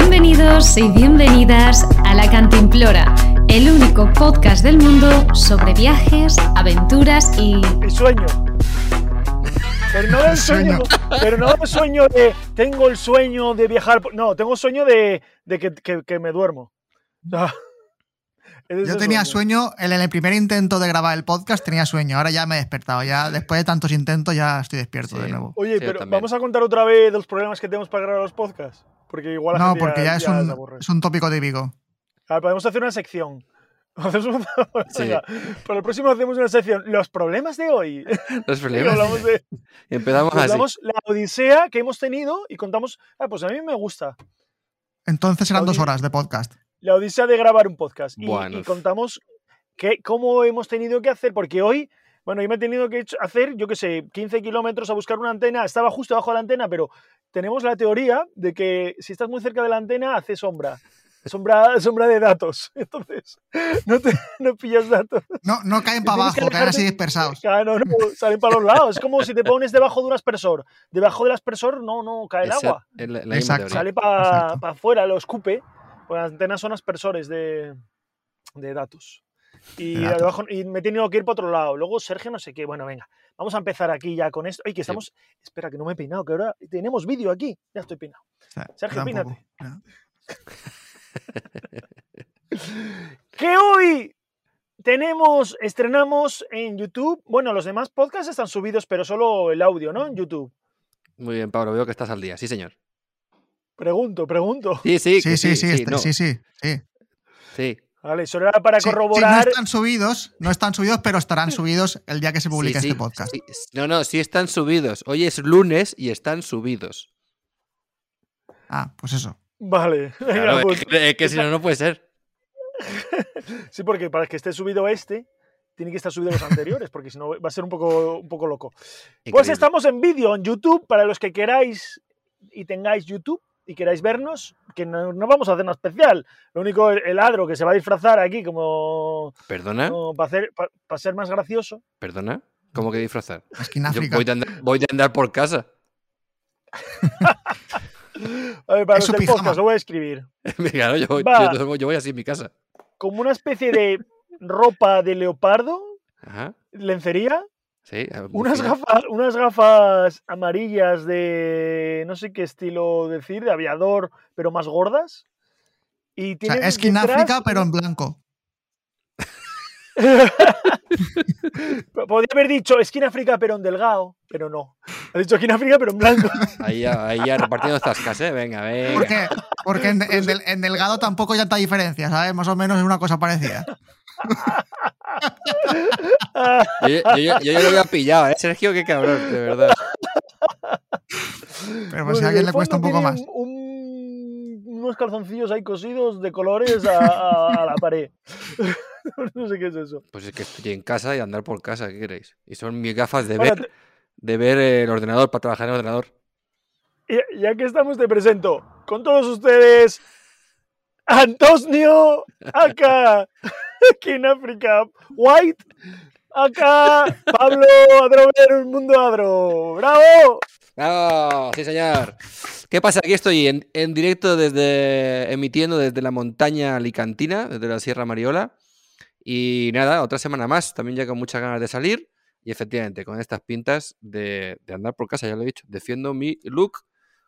Bienvenidos y bienvenidas a La Cantimplora, el único podcast del mundo sobre viajes, aventuras y... El sueño. Pero no el sueño, pero no el sueño de tengo el sueño de viajar. por- No, tengo sueño de, de que, que- que me duermo. Ah, ese es Yo el tenía sueño, en el primer intento de grabar el podcast tenía sueño, ahora ya me he despertado, ya después de tantos intentos ya estoy despierto de Sí. nuevo. Oye, Sí, yo pero también. vamos a contar otra vez de los problemas que tenemos para grabar los podcasts. Porque igual la No, gente porque ya es se un, aburre. es un tópico típico. A ver, podemos hacer una sección. Hacemos una- Sí. Venga, para el próximo hacemos una sección. Los problemas de hoy. Los Y problemas. hablamos de, Y empezamos así. hablamos la odisea que hemos tenido y contamos. Ah, pues a mí me gusta. Entonces serán dos Oye. horas de podcast. la odisea de grabar un podcast. Y, Bueno. y contamos que, cómo hemos tenido que hacer, porque hoy, bueno, yo me he tenido que hecho- hacer, yo qué sé, 15 kilómetros a buscar una antena. Estaba justo debajo de la antena, pero tenemos la teoría de que si estás muy cerca de la antena, hace sombra. Sombra, sombra de datos. Entonces, no, te, no pillas datos. No, no caen para Tienes que abajo, caen así alejarte- dispersados. Claro, no, salen para los lados. Es como si te pones debajo de un aspersor. Debajo del aspersor no, no cae el Esa- agua. es la- la misma Exacto. teoría. Sale para Exacto. afuera, lo escupe. Pues las antenas son aspersores de, de datos. Y, De datos. abajo- y me he tenido que ir para otro lado. Luego Sergio, no sé qué. Bueno, venga, vamos a empezar aquí ya con esto. Ay, que estamos. Espera, que no me he peinado, que ahora tenemos vídeo aquí. Ya estoy peinado. O sea, eh, Sergio, tampoco. opínate. Que hoy tenemos, estrenamos en YouTube. Bueno, los demás podcasts están subidos, pero solo el audio, ¿no? En YouTube. Muy bien, Pablo, veo que estás al día. Sí, señor. Pregunto, pregunto. Sí, sí, Sí, que sí, sí, sí, este- no, sí, sí, sí. sí. Vale, solo era para Sí, sí, corroborar. no están subidos, no están subidos, pero estarán subidos el día que se publique este Sí, sí, podcast. sí, s- No, no, sí están subidos. Hoy es lunes y están subidos. Ah, pues eso. Vale, venga, Claro, pues- es que, es que si no, no puede ser. Sí, porque para que esté subido este, tiene que estar subido los anteriores, porque si no va a ser un poco, un poco loco. Pues Increíble. estamos en vídeo, en YouTube, para los que queráis y tengáis YouTube y queráis vernos, que no, no vamos a hacer nada especial. Lo único, el, el adro que se va a disfrazar aquí como, Perdona, para, hacer, pa- pa ser más gracioso. perdona. ¿Cómo que disfrazar? Skin Yo África. voy de, andar, voy de andar por casa. A ver, para Es los su del pijama. podcast, lo voy a escribir. claro, yo, voy- Va. yo duermo- yo voy así en mi casa. Como una especie de ropa de leopardo, Ajá. lencería, Sí, a- muy Unas fino. gafas, unas gafas amarillas de no sé qué estilo decir, de aviador, pero más gordas. Y O sea, tiene Skin detrás- África, pero en blanco. Podría haber dicho skin África, pero en delgado, pero no. Ha dicho skin África, pero en blanco. pues, Ahí ya, ahí ya repartiendo tascas, ¿eh? Venga, venga. ¿Por qué? Porque en, en del- en delgado tampoco hay tanta diferencia, ¿sabes? Más o menos es una cosa parecida. Yo, yo- yo- yo ya lo había pillado, ¿eh? Sergio, qué cabrón, de verdad. Pero Bueno, pues, si en a alguien el le cuesta un fondo poco más. tiene un- un- unos calzoncillos ahí cosidos de colores a, a- a la pared. no sé qué es eso. Pues es que estoy en casa y andar por casa, ¿qué queréis? Y son mis gafas de Ahora, ver, de ver el ordenador, para trabajar en el ordenador. Ya, ya que estamos, te presento con todos ustedes Antonio acá, King Africa White, acá Pablo Adrover, un mundo adro. ¡Bravo! ¡Bravo! ¡Ah! ¡Sí, señor! ¿Qué pasa? Aquí estoy en, en directo desde. emitiendo desde la montaña alicantina, desde la Sierra Mariola. Y nada, otra semana más, también ya con muchas ganas de salir. Y efectivamente, con estas pintas de, de andar por casa, ya lo he dicho, defiendo mi look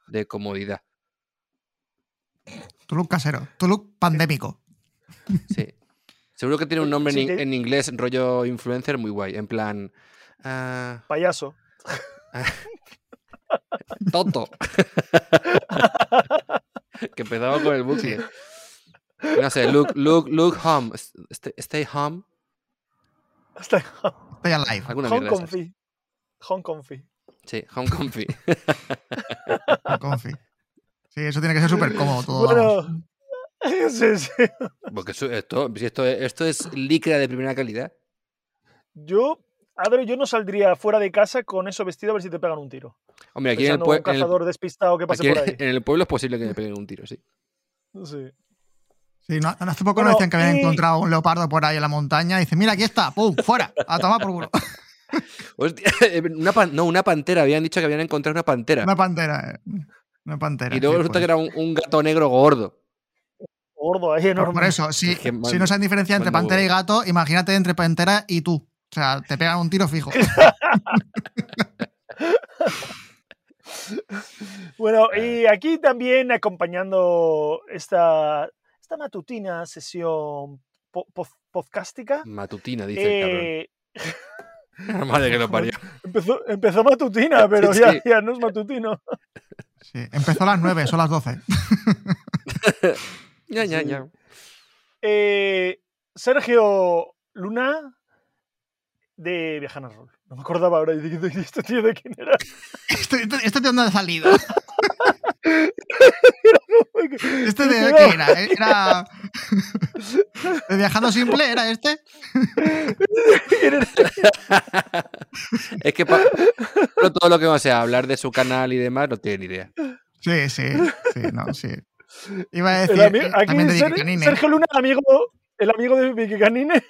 de comodidad. Tu look casero, tu look pandémico. Sí. Seguro que tiene un Oye, nombre en, si in- te- en inglés, rollo influencer, muy guay. En plan. ah, Payaso. Toto. que empezaba con el bucle. No sé, look, look, look home. s- Stay, stay home. Hasta Estoy alive. Alguna Hong mierda. de esas. Confi. Hong Confi. Sí, home comfy. no Confi. Sí, eso tiene que ser súper cómodo todo. vamos. Bueno. sí, sí. Porque eso- esto, si esto, es- esto es licra de primera calidad. Yo, Adro, yo no saldría fuera de casa con eso vestido a ver si te pegan un tiro. Hombre, aquí en el, Pensando pue- un en el- cazador despistado que aquí pase en- por ahí. en el pueblo es posible que me peguen un tiro, sí. Sí. Sí, no- hace poco Bueno, nos decían que habían y- encontrado un leopardo por ahí en la montaña. Y dice, mira, aquí está, ¡pum! ¡Fuera! A tomar por culo. Hostia, eh, una pan- no, una pantera. Habían dicho que habían encontrado una pantera. Una pantera. eh. Una pantera. y luego sí, resulta pues. que era un, un gato negro gordo. gordo ahí enorme. Por eso, si, Es que mal- si no saben diferenciar entre mal nudo. pantera y gato, imagínate entre pantera y tú. O sea, te pegan un tiro fijo. Bueno, Ah. y aquí también acompañando esta, esta matutina sesión po- poz- podcástica. Matutina, dice el eh, cabrón. Madre que lo parió. empezó, empezó matutina, pero ya, Sí. ya no es matutino. Sí, Empezó a las 9, son las 12. Ya, ya, Sí. ya. Eh, Sergio Luna de Viajana Roll. No me acordaba ahora. y digo, "¿Y ¿Este tío de quién era? Este, este, este de dónde ha salido. Este Me de quedaba- qué era. Era. ¿De viajando simple era este? Es que pa- Pablo, todo lo que no sea hablar de su canal y demás, no tiene ni idea. Sí, sí, sí, no, sí. Iba a El decir. ami- eh, aquí también de Ser- Dick Canine. Sergio Luna, el amigo, el amigo de Vicky Canine.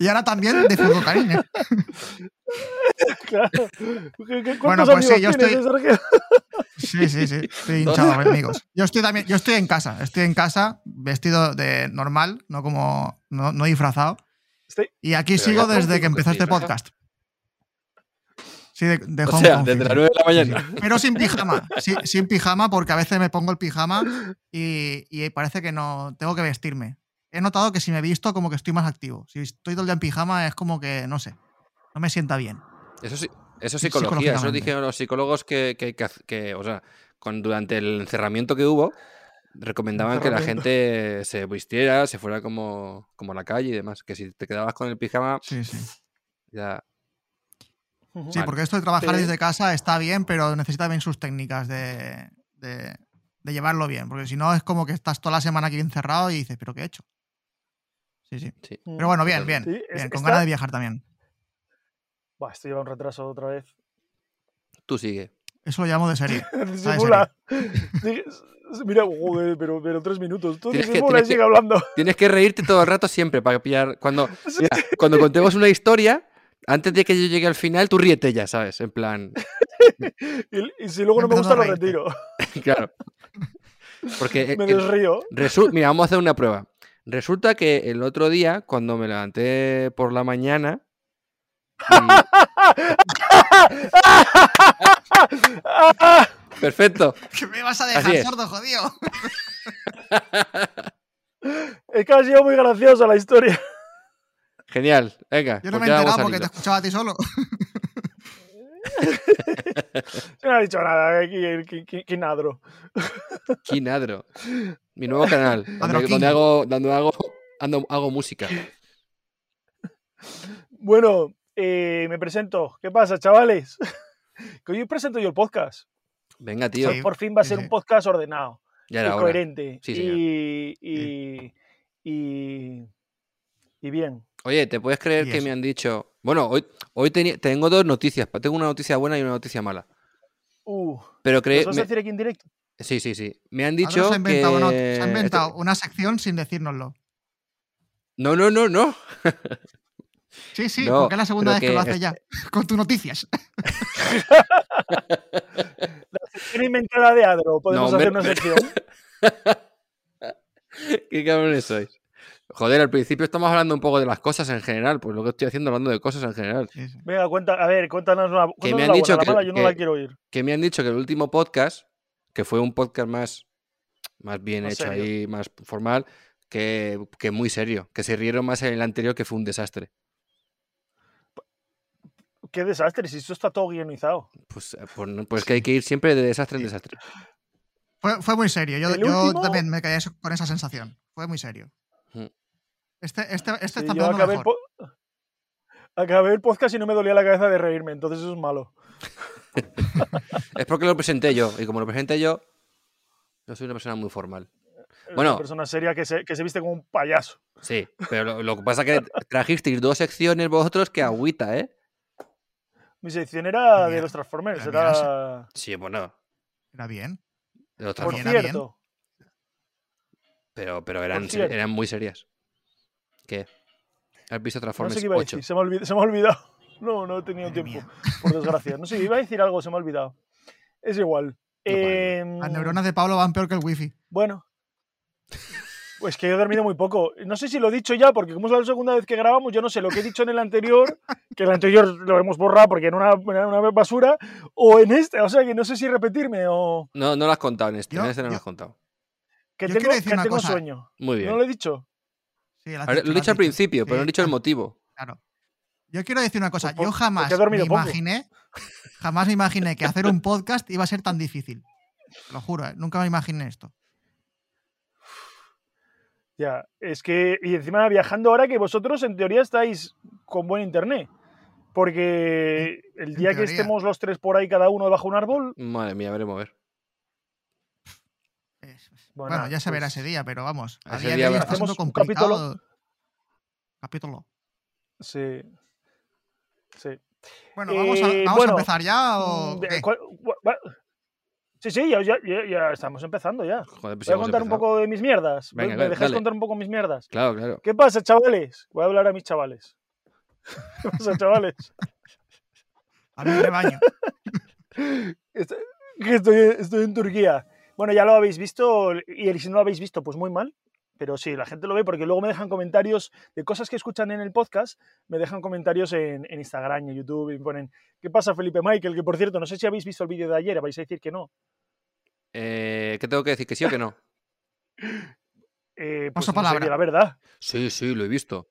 Y ahora también de Fuego Canine. Claro. ¿Qué- qué- ¿Cuántos Bueno, pues sí, amigos yo tienes, eh, estoy- Sergio? Sí, sí, sí. Estoy hinchado, amigos. Yo estoy también, yo estoy en casa. Estoy en casa, vestido de normal, no como. no, no disfrazado. Estoy- Y aquí Pero sigo ya desde contigo que que empezó sí, este ¿verdad? podcast. Sí, de, de O home sea, config, desde sí. las 9 de la mañana. Sí, sí. Pero sin pijama. sí, sin pijama, porque a veces me pongo el pijama y, y parece que no tengo que vestirme. He notado que si me he visto, como que estoy más activo. Si estoy todo el día en pijama, es como que, no sé, no me sienta bien. Eso sí, eso es psicología, eso psicológicamente. dijeron los psicólogos que, que, que haz- que, o sea, con, durante el encerramiento que hubo, recomendaban que la gente se vistiera, se fuera como, como a la calle y demás, que si te quedabas con el pijama, Sí, sí. Ujú. ya... Sí, Vale. porque esto de trabajar Sí. desde casa está bien, pero necesita bien sus técnicas de, de- de llevarlo bien. Porque si no, es como que estás toda la semana aquí encerrado y dices, ¿pero qué he hecho? Sí, sí. Sí. Pero bueno, bien, bien. Totalmente. Sí, es- bien, con está- ganas de viajar también. Buah, esto lleva un retraso otra vez. Tú sigue. Eso lo llamo de serie. Disimula. Dig- Mira, joder, pero, pero tres minutos. Tú Tienes que- disimula y tienes que- sigue hablando. Tienes que reírte todo el rato siempre para pillar... Cuando, mira, cuando contemos una historia, antes de que yo llegue al final, tú ríete ya, ¿sabes? En plan... Y, y si luego no me gusta, Empezando a lo reírte. retiro. Claro. Porque Me el- desrío. Resu- Mira, vamos a hacer una prueba. Resulta que el otro día, cuando me levanté por la mañana. y- Perfecto. ¿Qué me vas a Así dejar es. sordo, jodido? Es que ha sido muy graciosa la historia. Genial. Venga. Yo no me pues he enterado ya vamos al porque te hilo. escuchaba a ti solo. Yo no ha dicho nada. eh, Aquí, aquí- aquí- aquí nadro. Quinadro. Mi nuevo canal. donde, Padroquín. donde hago, donde hago, ando- hago música. Bueno, eh, me presento. ¿Qué pasa, chavales? Que hoy presento yo el podcast. Venga, tío. Sí. Por fin va a sí, ser sí. un podcast ordenado. Ya era y hora. coherente. Sí, señor. y, y, y, y bien. Oye, ¿te puedes creer Y que eso. me han dicho? Bueno, hoy, hoy teni- tengo dos noticias. pa- Tengo una noticia buena y una noticia mala. Uh, Pero ¿nos creo. vas a decir aquí en directo? Sí, sí, sí. Me han Ahora dicho se ha inventado, una, que- este se ha inventado una sección sin decírnoslo. No, no, no, no. Sí, sí, No, porque es la segunda pero vez que, que lo hace ya. Con tus noticias. Era inventada de Adro, podemos No, hacer hombre. una sección. Qué cabrones sois. Joder, al principio estamos hablando un poco de las cosas en general, pues lo que estoy haciendo hablando de cosas en general. Sí, sí. Venga, cuenta, a ver, cuéntanos la, Que cuéntanos me han la dicho buena, que- la mala, yo no la que- quiero oír. Que me han dicho que el último podcast, que fue un podcast más, más bien Más hecho serio. ahí, más formal, que, que muy serio, que se rieron más en el anterior que fue un desastre. Qué desastre, si esto está todo guionizado. Pues, eh, pues, no- pues que hay que ir siempre de desastre en desastre. Fue, fue muy serio. Yo, El yo último- también me quedé eso- con esa sensación. Fue muy serio. Ujú. Este, este, este Sí, está yo empezando acabé el, mejor. po- acabé el podcast y no me dolía la cabeza de reírme, entonces eso es malo. Es porque lo presenté yo, y como lo presenté yo, yo soy una persona muy formal. Es Bueno. Eh, Una persona seria que se, que se viste como un payaso. Sí, pero lo, lo que pasa es que trajisteis dos secciones vosotros que agüita, ¿eh? Mi sección era Mira, de los Transformers, la mía era... Sí, bueno, Era bien. de los Por Transformers, era bien. cierto, pero, pero eran, por se- cierto. eran muy serias. ¿Qué? ¿Has visto no Transformers sé qué iba a 8? decir, se me, ha olvid- se me ha olvidado. No, no he tenido Madre tiempo. mía. por desgracia. No sé, iba a decir algo, se me ha olvidado. Es igual. Eh, Las neuronas de Pablo van peor que el wifi. Bueno. Pues que yo he dormido muy poco. No sé si lo he dicho ya, porque como es la segunda vez que grabamos, yo no sé lo que he dicho en el anterior, que el anterior lo hemos borrado porque era una, era una basura, o en este, o sea que no sé si repetirme o No, no lo has contado en este. Yo- en este no lo yo- has contado. que Yo tengo, quiero decir que una tengo cosa. sueño. Muy bien. ¿No lo he dicho? Sí, lo has A dicho, ver, lo he lo dicho al has dicho. principio, pero Sí, no he dicho el motivo. Claro. Yo quiero decir una cosa. Pues por- Yo jamás porque he dormido me poco. imaginé, jamás me imaginé que hacer un podcast iba a ser tan difícil. Te Lo juro, ¿eh? nunca me imaginé esto. Ya, es que, y encima viajando ahora que vosotros en teoría estáis con buen internet, porque el en día que teoría. estemos los tres por ahí cada uno debajo de un árbol, Madre mía, veremos a ver. Es- bueno, Bueno, ya se verá pues, ese día, pero vamos. A Ese día de día hoy habrá- está siendo Hacemos un complicado. capítulo. Capítulo. Sí. Sí. Bueno, vamos, a, Eh, vamos bueno, a empezar ya. ¿o Mm, de- eh, qué? cuál- gua- gua- Sí, sí, ya, ya- ya- ya estamos empezando ya. Joder, pues Voy a hemos contar un empezado. poco de mis mierdas. Venga, ¿Me dale, dejáis dale. contar un poco mis mierdas? Claro, claro. ¿Qué pasa, chavales? Voy a hablar a mis chavales. ¿Qué pasa, chavales? A mí me baño. Este Est- que Estoy, estoy en Turquía. Bueno, ya lo habéis visto y el- si no lo habéis visto, pues muy mal. Pero sí, la gente lo ve porque luego me dejan comentarios de cosas que escuchan en el podcast, me dejan comentarios en, en Instagram, en YouTube y me ponen, ¿qué pasa Felipe Michael? Que por cierto, no sé si habéis visto el vídeo de ayer, vais a decir que no. Eh, ¿Qué tengo que decir? ¿Que sí o que no? Eh, pues no Paso sé, palabra. di la verdad. Sí, sí, lo he visto.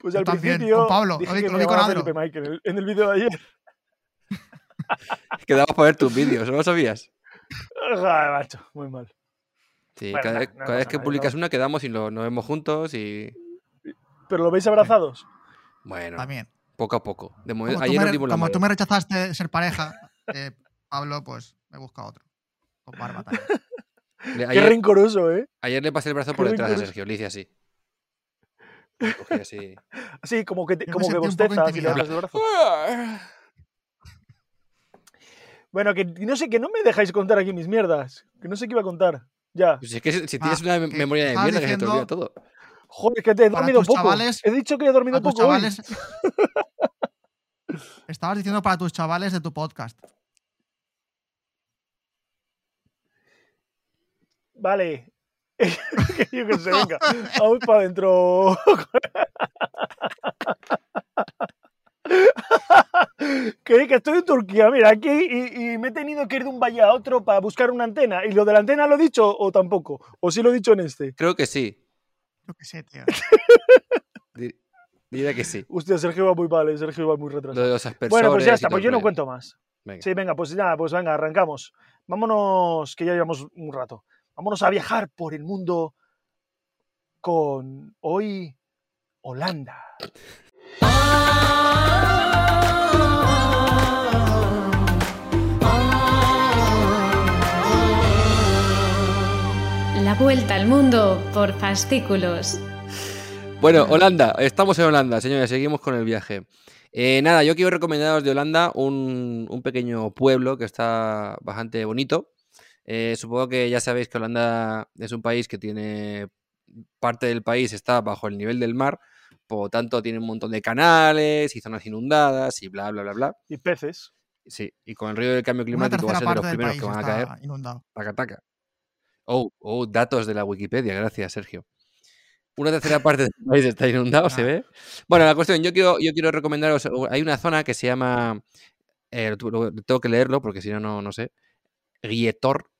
Pues Yo al también, principio con Pablo, dije lo di- que lo me di con llamaba Adro. Felipe Michael en el- en el vídeo de ayer. Quedamos para ver tus vídeos, ¿no lo sabías? Joder, Ah, macho, muy mal. Sí, Bueno, cada, nada, vez- no cada pasa vez que nada, publicas una quedamos y lo- nos vemos juntos y... Pero lo veis abrazados. Bueno, También. poco a poco. De momento, Como, ayer tú, nos me, dimos la como tú mano. me rechazaste ser pareja, eh, Pablo, pues me busca otro. Con barba también. Qué Le- Ayer, rencoroso, ¿eh? ayer le pasé el brazo qué por detrás a rencoroso. Sergio, le hice así. Le cogí así. Sí, como que, te- Yo me como que sentí un poco bostezas y le intimidado. hablas de brazo. Ah. Bueno, que no sé, que no me dejáis contar aquí mis mierdas. Que no sé qué iba a contar. Ya. Pues es que si si Ah, tienes una mem- que memoria de estaba mierda que se te olvida diciendo- todo. Joder, que te he Para dormido tus poco. chavales- he dicho que he dormido Para tus poco chavales. Estabas diciendo para tus chavales de tu podcast. hoy. Vale. Que Yo que sé, venga. Vamos para adentro. que, que estoy en Turquía, mira, aquí y, y me he tenido que ir de un valle a otro para buscar una antena. ¿Y lo de la antena lo he dicho o tampoco? ¿O sí lo he dicho en este? Creo que sí. Yo qué sé, tío. Di- Diría que sí. Hostia, Sergio va muy mal, eh, Sergio va muy Lo retrasado. de los aspersores Bueno, pues ya y está, todo pues el yo no rollo. cuento más. Venga. Sí, venga, pues nada, pues venga, arrancamos. Vámonos, que ya llevamos un rato. Vámonos a viajar por el mundo con hoy Holanda. La vuelta al mundo por fascículos. Bueno, Holanda, estamos en Holanda, señores, seguimos con el viaje. Eh, nada, yo quiero recomendaros de Holanda un, un pequeño pueblo que está bastante bonito. Eh, supongo que ya sabéis que Holanda es un país que tiene, parte del país está bajo el nivel del mar, por lo tanto tiene un montón de canales y zonas inundadas y bla, bla, bla, bla. Y peces. Sí, y con el río del cambio Una climático va a tercera ser de los parte del primeros país que van a caer. está inundado. Taca, taca. Oh, oh, datos de la Wikipedia, gracias, Sergio. Una tercera parte del país está inundado, se Ah. ve. Bueno, la cuestión, yo quiero, yo quiero recomendaros, u- hay una zona que se llama, eh, lo tu- lo- tengo que leerlo porque si no, no, no sé, Gietor,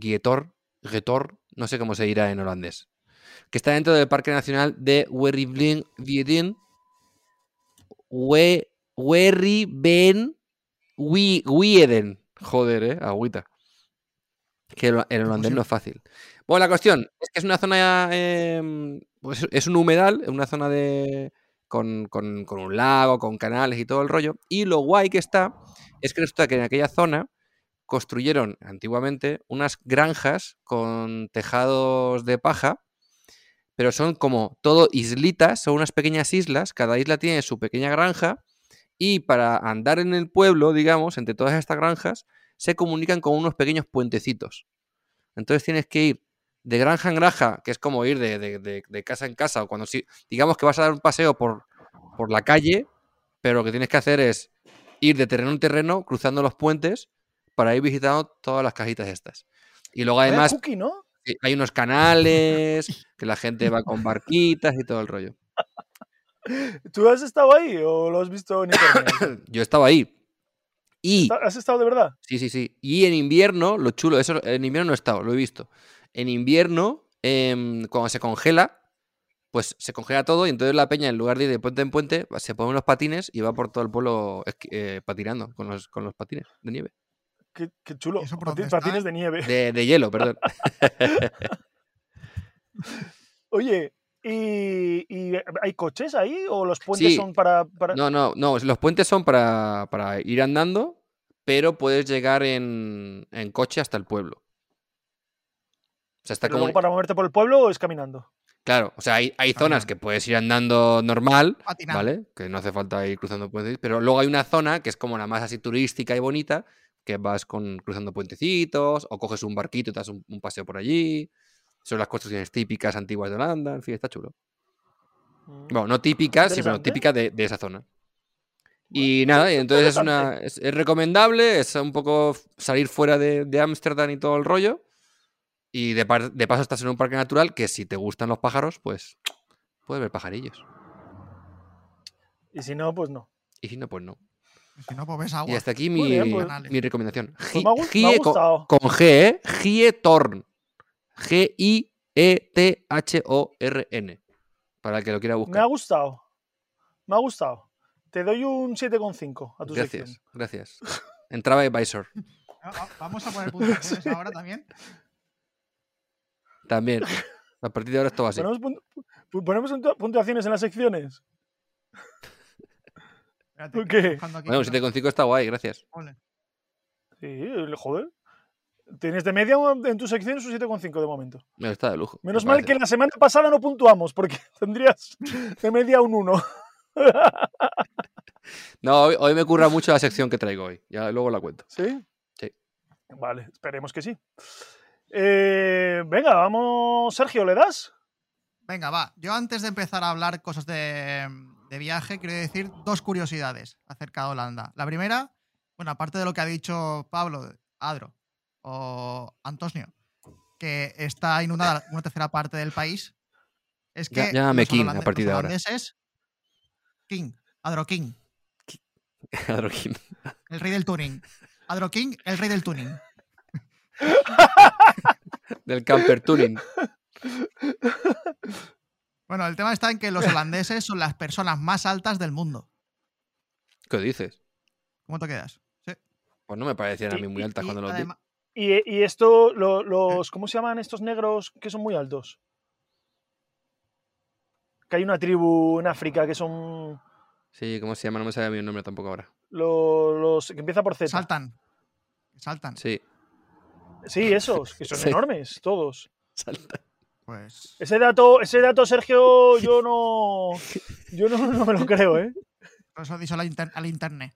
Gietor, Gietor, no sé cómo se dirá en holandés, que está dentro del Parque Nacional de Werribeen, We- Werribeen, Wi- Wieden, joder, eh, agüita. Que el, el holandés no es fácil. Bueno, la cuestión es que es una zona. em, pues es un humedal, es una zona de. Con, con- con un lago, con canales y todo el rollo. Y lo guay que está es que resulta que en aquella zona construyeron antiguamente unas granjas con tejados de paja, pero son como todo islitas, son unas pequeñas islas, cada isla tiene su pequeña granja y para andar en el pueblo, digamos, entre todas estas granjas, se comunican con unos pequeños puentecitos. Entonces tienes que ir de granja en granja, que es como ir de, de- de- de casa en casa, o cuando si, digamos que vas a dar un paseo por, por la calle, pero lo que tienes que hacer es ir de terreno en terreno, cruzando los puentes, para ir visitando todas las cajitas estas. Y luego además Vaya cookie, ¿no? eh, hay unos canales que la gente va con barquitas y todo el rollo. ¿Tú has estado ahí o lo has visto en internet? Yo estaba ahí. Y ¿Has estado de verdad? Sí, sí, sí. Y en invierno, lo chulo, eso en invierno no he estado, lo he visto. En invierno, em, cuando se congela, pues se congela todo y entonces la peña, en lugar de ir de puente en puente, se pone unos patines y va por todo el pueblo esqui- eh, patinando con los, con los patines de nieve. Qué, qué chulo. ¿Y eso por Pati- dónde está? patines de nieve. De, de hielo, perdón. Oye, ¿y, y hay coches ahí o los puentes Sí. son para, para- No, no, no. Los puentes son para, para ir andando, pero puedes llegar en, en coche hasta el pueblo. O sea, está pero como. luego para moverte por el pueblo o es caminando? Claro, o sea, hay, hay Está bien. zonas que puedes ir andando normal, Patinando. ¿vale? Que no hace falta ir cruzando puentes, pero luego hay una zona que es como la más así turística y bonita, que vas con, cruzando puentecitos o coges un barquito y te das un, un paseo por allí. Son las construcciones típicas antiguas de Holanda, en fin, está chulo. Mm. Bueno, no típicas, sí, pero Interesante. típicas de, de esa zona. Y nada, y entonces es, una, es, es recomendable, es un poco f- salir fuera de de Ámsterdam y todo el rollo. Y de, par- de paso estás en un parque natural que si te gustan los pájaros, pues puedes ver pajarillos. Y si no, pues no. Y si no, pues no. Si no, pues ves agua. Y hasta aquí mi, Muy bien, pues. mi recomendación. Pues me ha gus- me ha Gie- con, gustado. con G, ¿eh? Gietorn. E G-I-E-T-H-O-R-N. Para el que lo Me quiera ha buscar. gustado. Me ha gustado. Te doy un 7,5 a tu Gracias, sección. gracias. Entraba Advisor. Ah, ah, Vamos a poner puntos extras ahora también. También. A partir de ahora esto va así. ¿Ponemos, pun- pu- ponemos puntu- puntuaciones en las secciones? Espérate, ¿Por que estoy qué? buscando aquí Bueno, un otra. 7,5 está guay, gracias. Ole. Sí, el- joder. Tienes de media en tu sección su 7,5 de momento. Me está de lujo. me Menos mal parece. que la semana pasada no puntuamos, porque tendrías de media un 1. No, hoy, hoy me curra mucho la sección que traigo hoy. Ya luego la cuento. ¿Sí? Sí. Vale, esperemos que sí. Eh, venga, vamos, Sergio, ¿le das? Venga, va. Yo antes de empezar a hablar cosas de, de viaje, quiero decir dos curiosidades acerca de Holanda. La primera, bueno, aparte de lo que ha dicho Pablo, Adro o Antonio, que está inundada una tercera parte del país, es Ya- que llámame los King a holande- partir los de ahora. holandeses- King, Adro King, Adroquín. el rey del tuning. Adro King, el rey del tuning. Del camper tuning. Bueno, el tema está en que los holandeses son las personas más altas del mundo. ¿Qué dices? ¿Cómo te quedas? Sí. Pues no me parecían a Y- mí muy altas Y cuando los vi. además- Y, eh, y esto, lo- los, ¿cómo se llaman estos negros que son muy altos? Que hay una tribu en África que son Sí, ¿cómo se llama? No me sale a mí el nombre tampoco ahora. lo- los, que empieza por Z. saltan. Saltan. Sí. Sí, esos, que son Sí. enormes, todos. Salta. Pues. Ese dato, ese dato, Sergio, yo no, yo no, no me lo creo, ¿eh? Por eso he dicho al, inter- al internet.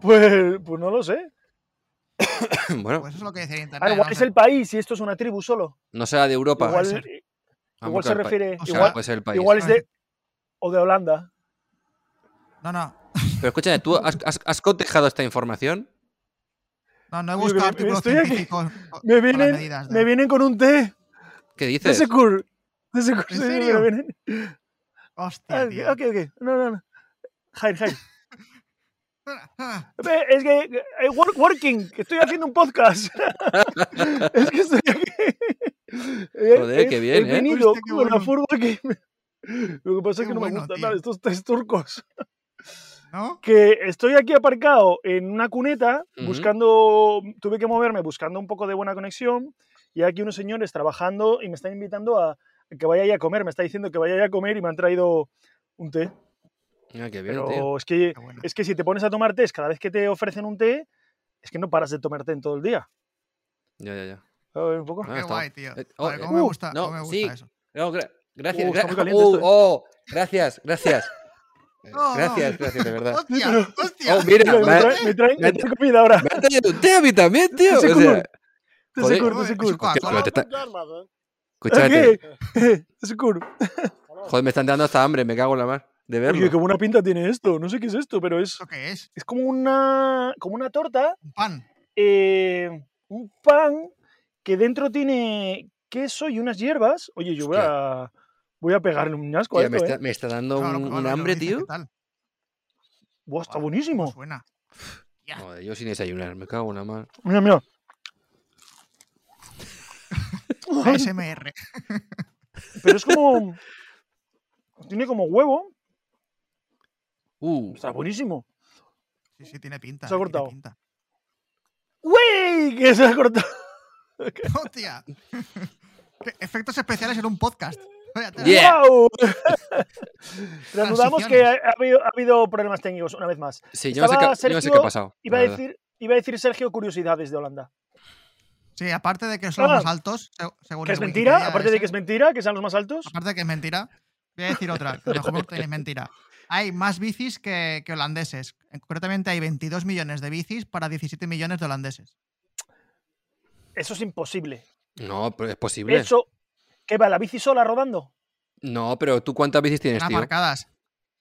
Pues, pues no lo sé. Bueno, Pues eso es lo que decía el internet. Ah, igual no es sé. el país y esto es una tribu solo. no será de Europa. puede Igual, ser. Ah, igual porque se el pa- refiere. o sea, Claro, igual, puede ser el país. igual es Puede de. O de Holanda. No, no. Pero escúchame, ¿tú has, has- has cotejado esta información? No, no he Yo buscado que- artículos estoy aquí. científicos. o- Me con las vienen, medidas de- me vienen con un té. ¿Qué De dices? Secur. De Secur. ¿En sí, me serio? vienen. Ah, Hostia, tío. ok, ok. No, no, no. Jair, Jair. Ah, Ve, Es que. eh, wor- working. que Estoy haciendo un podcast. es que estoy aquí. Eh, Joder, qué he- bien, he ¿eh? venido Hostia, qué con la bueno. furgo que me- Lo que pasa es Qué que no me bueno, gustan tío. nada estos test turcos. ¿No? que estoy aquí aparcado en una cuneta Ujú. buscando, tuve que moverme buscando un poco de buena conexión y hay aquí unos señores trabajando y me están invitando a a que vaya ahí a comer, me está diciendo que vaya ahí a comer y me han traído un té, Ah, qué bien, pero tío. es que Qué bueno. es que si te pones a tomar té cada vez que te ofrecen un té, es que no paras de tomar té en todo el día. Ya, ya, ya. A ver, un poco. Ah, Qué está- guay, tío. Eh, oh, Joder, eh, cómo me uh, gusta, no, cómo me gusta sí. eso. No, gra- gracias. Uh, gra- está muy caliente uh, esto, eh. oh, gracias, gracias. Eh, No, no. gracias, gracias, de verdad. Hostia, hostia. Oh, mira, Mira, me, me, ha- traen, me traen- me me- traen comida ahora. me han traído un té a mí también, tío. O Sí, sea, cool. Té Secur, joder. té Joder, Secur. es un ¿eh? hostia, coacola. pero te está- ¿Ah, escúchate, ¿Qué? Té Secur. joder, me están dando hasta hambre, me cago en la mar. De Oye, qué verlo. buena pinta tiene esto. No sé qué es esto, pero es ¿Eso qué es? es como una como una torta Un pan. eh, un pan que dentro tiene queso y unas hierbas. Oye, yo voy a, voy a pegarle un asco a Tía, esto, me, está, ¿eh? me está dando Claro, un, un claro, hambre, dice, ¿qué tío. tal? Buah, está Guau, buenísimo. Suena. Joder, yo sin desayunar, me cago en la mano. Mira, mira. ASMR. Pero es como. tiene como huevo. Uh, Está buenísimo. Sí, sí, tiene pinta. Se ha eh, tiene cortado. pinta. ¡Wey! Que se ha cortado. ¡Hostia! Efectos especiales en un podcast. Vaya tela. Yeah. ¡Guau! Reanudamos que ha Transiciones. ha habido, ha habido problemas técnicos, una vez más. sí, yo no, sé Estaba qué, yo no sé qué Sergio, ha pasado. Iba a, la verdad. decir, iba a decir Sergio curiosidades de Holanda. Sí, aparte de que son los Ah. más altos, se- según Que el es mentira, Wikipedia aparte de ese, que es mentira, que sean los más altos. aparte de que es mentira, voy a decir otra, que a lo mejor es mentira. Hay más bicis que, que holandeses. Concretamente hay 22 millones de bicis para 17 millones de holandeses. Eso es imposible. No, pero es posible. Eso, ¿qué va? ¿La bici sola rodando? No, pero tú cuántas bicis tienes, Están tío. aparcadas.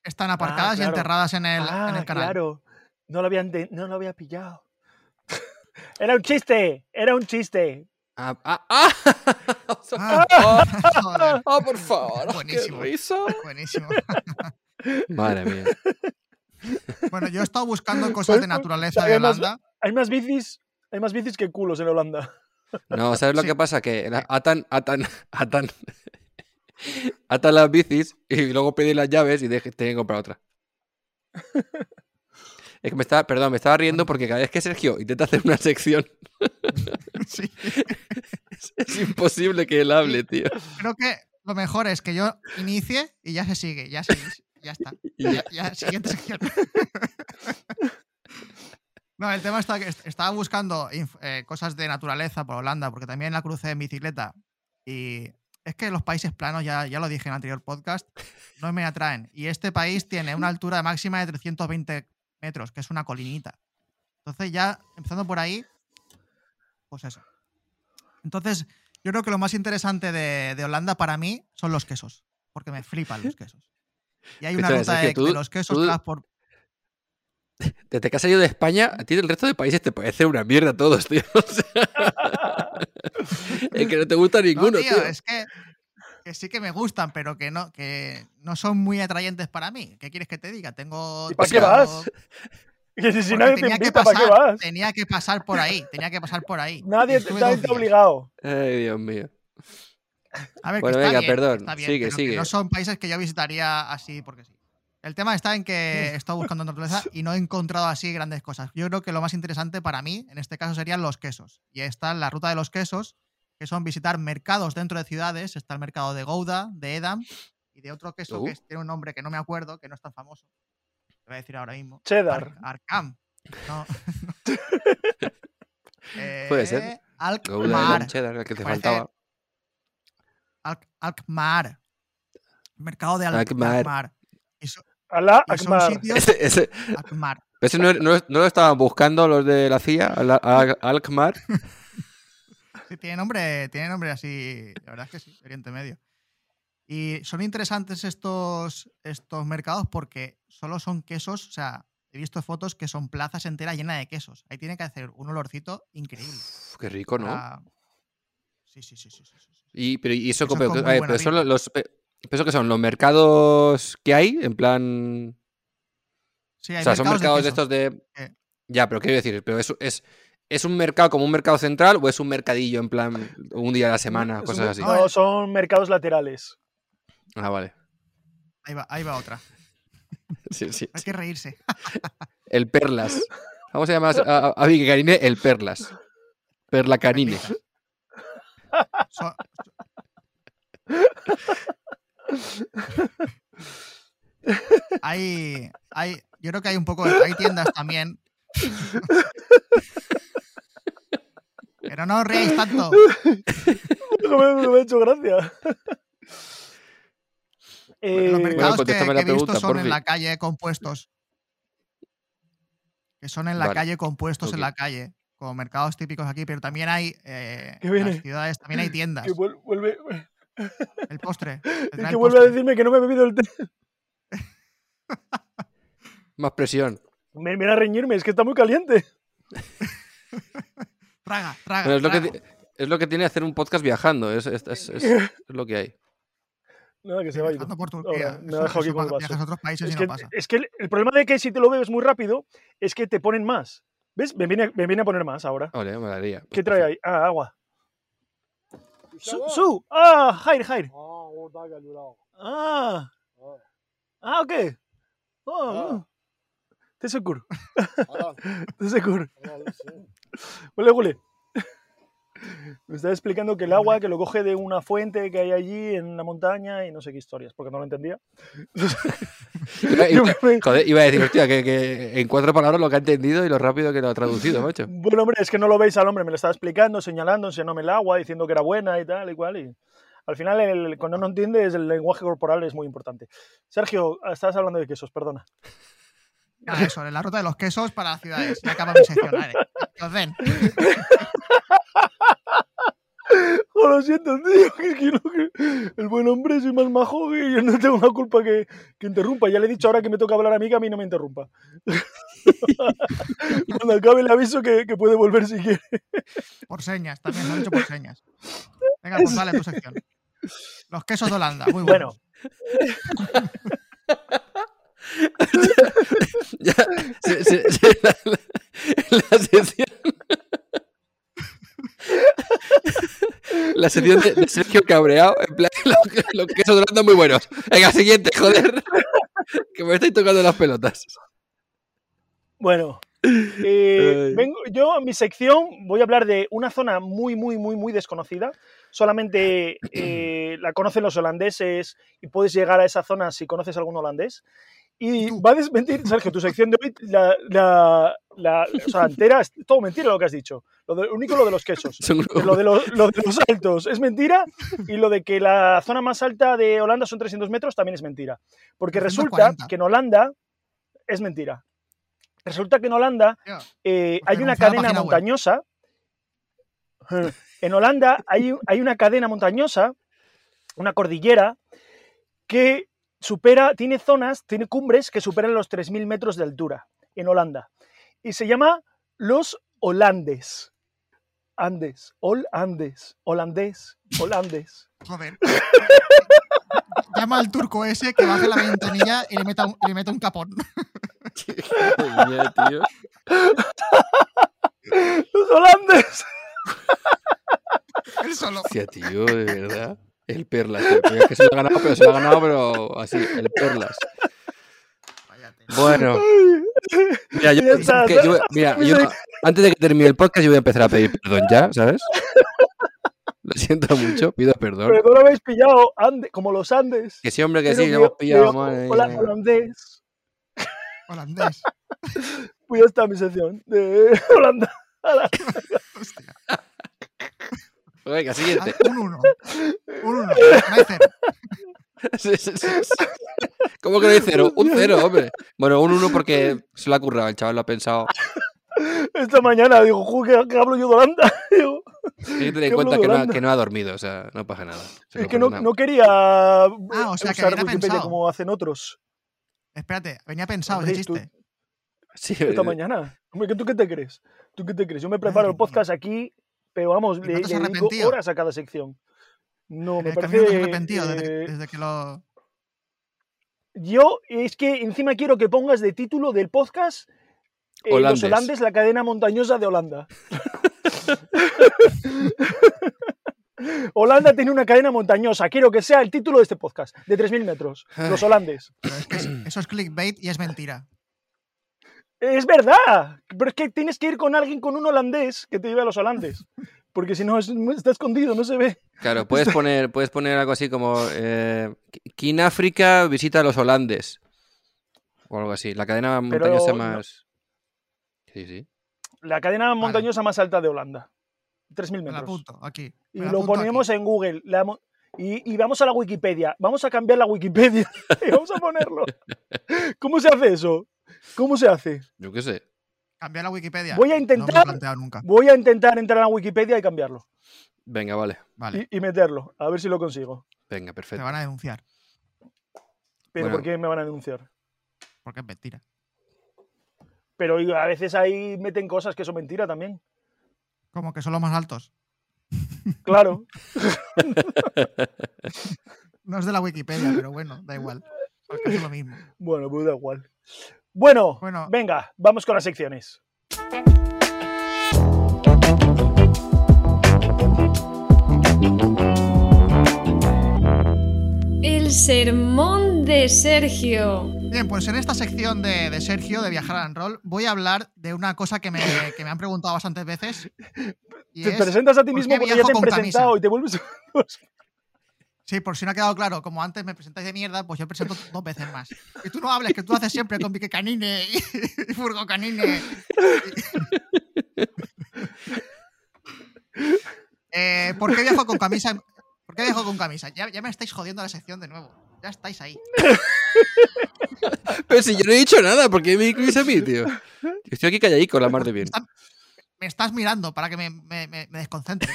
Están aparcadas Ah, claro. y enterradas en el, ah, en el canal. claro. No lo había, ente- no lo había pillado. era un chiste, era un chiste. Ah, ah, ah. Ah, joder, Ah, por favor. Buenísimo. Qué risa. buenísimo. Madre mía. Bueno, yo he estado buscando cosas de naturaleza de Hay más- Holanda. Hay más bicis, hay más bicis que culos en Holanda. No, ¿sabes lo Sí. que pasa? Que la- atan, atan, atan. Atan las bicis y luego piden las llaves y deje- tienen que comprar otra. Es que me estaba, perdón, me estaba riendo porque cada vez que Sergio intenta hacer una sección Sí. es imposible que él hable, tío. Creo que lo mejor es que yo inicie y ya se sigue, ya seguís, ya está. Y Ya, ya, siguiente sección. No, el tema está que est- estaba buscando inf- eh, cosas de naturaleza por Holanda, porque también la crucé en bicicleta. Y es que los países planos, ya, ya lo dije en el anterior podcast, no me atraen. Y este país tiene una altura máxima de 320 metros, que es una colinita. Entonces ya, empezando por ahí, pues eso. Entonces, yo creo que lo más interesante de, de Holanda para mí son los quesos, porque me flipan los quesos. Y hay una Escucha, ruta Sergio, de, tú- de los quesos tú- que vas por... desde que has salido de España, a ti el resto de países te parece una mierda todos, tío. O sea, es que no te gusta No, ninguno, tío, tío. es que, que sí que me gustan, pero que no, que no son muy atrayentes para mí. ¿Qué quieres que te diga? Tengo... ¿Y para qué tengo- vas? Que si, si porque nadie te tenía que invita, ¿para qué pasar, vas? Tenía que pasar por ahí, tenía que pasar por ahí. Nadie te, Estuve nadie dos te ha días. obligado. Ay, Dios mío. A ver, que Bueno, está venga, bien, que perdón, está bien, sigue, pero que sigue. no son países que yo visitaría así porque sí. El tema está en que he estado buscando naturaleza y no he encontrado así grandes cosas. Yo creo que lo más interesante para mí, en este caso, serían los quesos. Y ahí está la ruta de los quesos, que son visitar mercados dentro de ciudades. Está el mercado de Gouda, de Edam y de otro queso Uh. que es- tiene un nombre que no me acuerdo, que no es tan famoso. Te voy a decir ahora mismo. Cheddar. Ar- Arkham. No. Eh, Puede ser. Gouda de Alkmaar. Lanchera, la que te Parece- faltaba. Alk- Alkmaar. Mercado de Alk- Alkmaar. Alkmaar. Y so- Alá y son Akbar. sitios- Ese- ese- Alkmaar. ¿Ese no, no- no lo estaban buscando los de la CIA? Al- al- Alkmaar. Sí, tiene nombre, tiene nombre así, la verdad es que sí, Oriente Medio. Y son interesantes estos, estos mercados porque solo son quesos, o sea, he visto fotos que son plazas enteras llenas de quesos. Ahí tiene que hacer un olorcito increíble. Uf, Qué rico, ¿no? para- Sí, sí, sí, sí, sí, sí, sí. Y, pero, y eso, Ah. Eso como- con a muy ver, buena pero son pinta. los, pe- pero ¿eso qué son los mercados que hay, en plan, Sí, o hay sea, son mercados de, Eh, quesos. estos de, Eh. ya, pero quiero decir, pero es, es, es un mercado como un mercado central o es un mercadillo en plan un día a la semana, Es cosas un- así. No, son mercados laterales. Ah, vale. Ahí va, ahí va otra. Sí, sí. Hay que reírse. El Perlas. Vamos a llamar a, a- a Vicky Karine el Perlas. Perla Canine. Perlitas. Son- hay, hay, yo creo que hay un poco, de- hay tiendas también. Pero no os reáis tanto. No me, no me ha hecho gracia. Eh, Los pues mercados que, contéstame que la he visto pregunta, son porfi. en la calle compuestos. Que son en la Vale, calle compuestos ok. en la calle. Como mercados típicos aquí, pero también hay eh, ¿Qué en viene? las ciudades, también hay tiendas. que vuel- vuelve, El postre. que tendrá el vuelve a postre. decirme que no me he bebido el té. Más presión. Me viene a reñirme, es que está muy caliente. Traga, traga. Bueno, es, lo que, traga. ti- es lo que tiene hacer un podcast viajando, es, es- es- es- es lo que hay. Nada, que se vaya. Viajando por Ahora, Turquía. me ha Eso- dejado aquí eso con el pa- vaso. viajas a otros países Es y que, no pasa. es que el, el problema de que si te lo bebes muy rápido es que te ponen más. ¿Ves? Me viene, me viene a poner más ahora. Ole, me molaría. ¿Qué trae ahí? Ah, agua. Su, su. Ah, Jair, Jair. Aa oradan geliyor abi. Ah. Ah. Ah, ok. Oh, Ah. mm. Teşekkür. Adam. Teşekkür. Helal olsun. Huele, huele. Me está explicando que el agua que lo coge de una fuente que hay allí en la montaña y no sé qué historias, porque no lo entendía. Iba, Yo iba- me- joder, iba a decir, hostia, que, que en cuatro palabras lo que ha entendido y lo rápido que lo ha traducido, macho. Bueno, hombre, es que no lo veis al hombre, me lo estaba explicando, señalando, enseñándome el agua, diciendo que era buena y tal y cual. Y al final, el- cuando no entiendes, el lenguaje corporal es muy importante. Sergio, estabas hablando de quesos, perdona. Ah, eso, la ruta de los quesos para las ciudades. Ya acaba mi sección. vale. Que os den. Oh, lo siento, tío, que es que yo no- que el buen hombre soy más majo y yo no tengo una culpa que, que interrumpa. Ya le he dicho ahora que me toca hablar a mí que a mí no me interrumpa. Cuando acabe le aviso que, que puede volver si quiere. Por señas, también lo han hecho por señas. Venga, pues dale tu sección. Los quesos de Holanda, muy Bueno, buenos. Ya, se- se- se- la, la- la sección. La sección de, de Sergio Cabreado. En plan, los, que- los quesos de Holanda muy buenos. Venga, siguiente, joder. Que me estáis tocando las pelotas. Bueno, eh, Ay. vengo- yo en mi sección voy a hablar de una zona muy, muy, muy, muy desconocida. Solamente eh, la conocen los holandeses y puedes llegar a esa zona si conoces algún holandés. Y Tú. va a desmentir, Sergio, tu sección de hoy, la, la- la- o sea, entera, es todo mentira lo que has dicho. Lo de- único lo de los quesos. Son- Lo de, los, lo de los altos es mentira y lo de que la zona más alta de Holanda son 300 metros también es mentira. Porque resulta 340. que en Holanda es mentira. Resulta que en Holanda Tío, eh, Pues hay que una anuncia la cadena página web. montañosa. En Holanda hay, hay una cadena montañosa, una cordillera, que supera, tiene zonas, tiene cumbres que superan los 3.000 metros de altura en Holanda. Y se llama los holandes. Andes, holandes, holandés, holandés. Joder. Llama al turco ese que baje la ventanilla y le meta un, y le meta un capón. Madre mía, tío. ¡Los holandes! Él solo. Hostia, tío, de verdad. El Perlas. tío. Es que se lo ha ganado, pero se lo ha ganado, pero así, el Perlas. Váyate. Bueno. Mira, yo, Ya está, que ¿no? yo- mira, Mi yo- sec- antes de que termine el podcast, yo voy a empezar a pedir perdón ya, ¿sabes? Lo siento mucho, pido perdón. Pero no lo habéis pillado, Ande- como los Andes. Que sí, hombre, que Pero sí, mi- lo hemos pillado, mi- madre hola- mía. holandés. Holandés. Pues ya está mi sección de Holanda. Hostia. Venga, Ah, siguiente. Un uno. Un uno. No hay cero. Sí, sí, sí, sí. ¿Cómo que no hay cero? Un cero, hombre. Bueno, un uno porque se lo ha currado, el chaval lo ha pensado. Esta mañana digo, "Ju, ¿qué, qué hablo yo de Holanda? Digo, Hay que tener en Qué cuenta que no, ha- blodorando. que no ha dormido, o sea, no pasa nada. Se es lo que no, perdonamos. no quería eh, Ah, o sea, que usar había Wikipedia pensado. como hacen otros Espérate, venía pensado ese Hombre, tú- chiste. Sí, eh, esta mañana. Hombre, ¿que ¿tú qué te crees? ¿Tú qué te crees? Yo me preparo el podcast aquí, pero vamos, no le, te has le dedico arrepentido? horas a cada sección. No, En me el camino te parece... has arrepentido desde, eh, que- desde que lo. Yo es que encima quiero que pongas de título del podcast eh, Los Holandes. holandes, la cadena montañosa de Holanda. Holanda tiene una cadena montañosa. Quiero que sea el título de este podcast, de 3.000 metros. Los holandes. pero es que es- eso es clickbait y es mentira. Es verdad, pero es que tienes que ir con alguien, con un holandés, que te lleve a los holandes. Porque si no, es- está escondido, no se ve. Claro, puedes poner, puedes poner algo así como eh, King África visita a los holandes. O algo así. La cadena montañosa no- más. Sí, sí. La cadena montañosa más alta de Holanda. 3.000 Me la metros. apunto aquí. Y me la lo apunto aquí. ponemos en Google. la mo- y, y vamos a la Wikipedia. Vamos a cambiar la Wikipedia. y vamos a ponerlo. ¿Cómo se hace eso? ¿Cómo se hace? Yo qué sé. Cambiar la Wikipedia. Voy a No me lo intentar- he planteado nunca. Voy a intentar entrar a la Wikipedia y cambiarlo. Venga, vale. Vale. Y, y meterlo. A ver si lo consigo. Venga, Te perfecto. van a denunciar. Pero Bueno. ¿por qué me van a denunciar? Porque es mentira. Pero y- a veces ahí meten cosas que son mentira también. Como que son los más altos. Claro. No es de la Wikipedia, pero bueno, da igual. Es casi lo mismo. Bueno, pues da igual. Bueno, Bueno. venga, vamos con las secciones. El sermón de Sergio. Bien, pues en esta sección de, de Sergio, de Viajar al Roll, voy a hablar de una cosa que me, que me han preguntado bastantes veces. y Te es- presentas a ti ¿por mismo qué porque ya viajo te han con camisa? presentado y te vuelves. Sí, por si no ha quedado claro, como antes me presentáis de mierda, pues yo presento dos veces más. Y tú no hables, que tú haces siempre con Vique Canine y, y Furgo Canine. Eh, ¿Por qué viajo con camisa? ¿Por qué viajo con camisa? Ya, ya me estáis jodiendo la sección de nuevo. Ya estáis ahí. Pero si yo no he dicho nada, ¿por qué me incluís a mí, tío? Estoy aquí calladico, la mar de bien. Me estás mirando para que me, me, me- me desconcentre.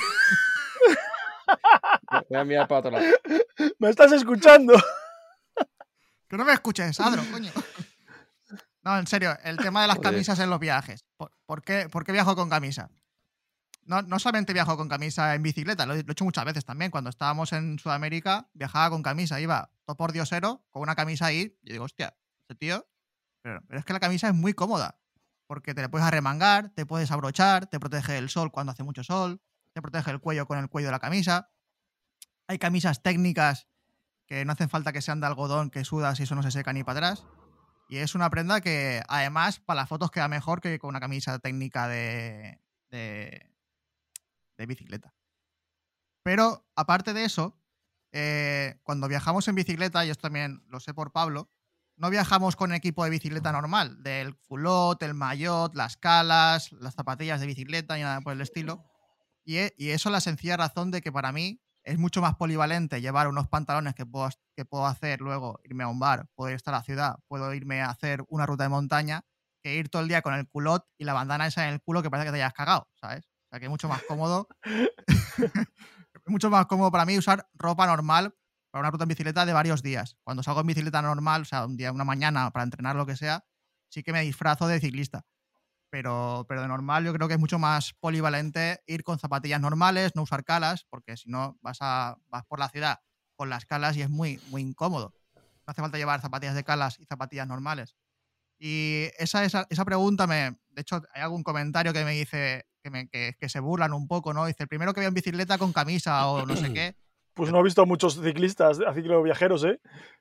Voy a mirar para otro lado. Me estás escuchando. Que no me escuches, Adro, coño. No, en serio, el tema de las Joder. camisas en los viajes. ¿Por, por qué, por qué viajo con camisa? No, no solamente viajo con camisa en bicicleta, lo, he lo he hecho muchas veces también. Cuando estábamos en Sudamérica, viajaba con camisa, iba todo por diosero, con una camisa ahí. Y digo, hostia, ese tío. Pero, pero es que la camisa es muy cómoda, porque te la puedes arremangar, te puedes abrochar, te protege del sol cuando hace mucho sol, te protege el cuello con el cuello de la camisa. Hay camisas técnicas que no hacen falta que sean de algodón, que sudas y eso no se seca ni para atrás. Y es una prenda que, además, para las fotos queda mejor que con una camisa técnica de, de, de bicicleta. Pero, aparte de eso, eh, cuando viajamos en bicicleta, y esto también lo sé por Pablo, no viajamos con equipo de bicicleta normal, del culot, el maillot, las calas, las zapatillas de bicicleta y nada por el estilo. Y, e- y eso la sencilla razón de que para mí es mucho más polivalente llevar unos pantalones que puedo, que puedo hacer luego, irme a un bar, puedo ir hasta la ciudad, puedo irme a hacer una ruta de montaña, que ir todo el día con el culot y la bandana esa en el culo que parece que te hayas cagado, ¿sabes? O sea, que es mucho más cómodo. es mucho más cómodo para mí usar ropa normal para una ruta en bicicleta de varios días. Cuando salgo en bicicleta normal, o sea, un día, una mañana para entrenar lo que sea, sí que me disfrazo de ciclista pero, pero de normal yo creo que es mucho más polivalente ir con zapatillas normales, no usar calas, porque si no vas, a, vas por la ciudad con las calas y es muy, muy incómodo. No hace falta llevar zapatillas de calas y zapatillas normales. Y esa, esa, esa pregunta me... De hecho, hay algún comentario que me dice que, me- que- que se burlan un poco, ¿no? Dice, primero que veo en bicicleta con camisa o no sé qué. Pues no he visto a muchos ciclistas, a cicloviajeros, ¿eh?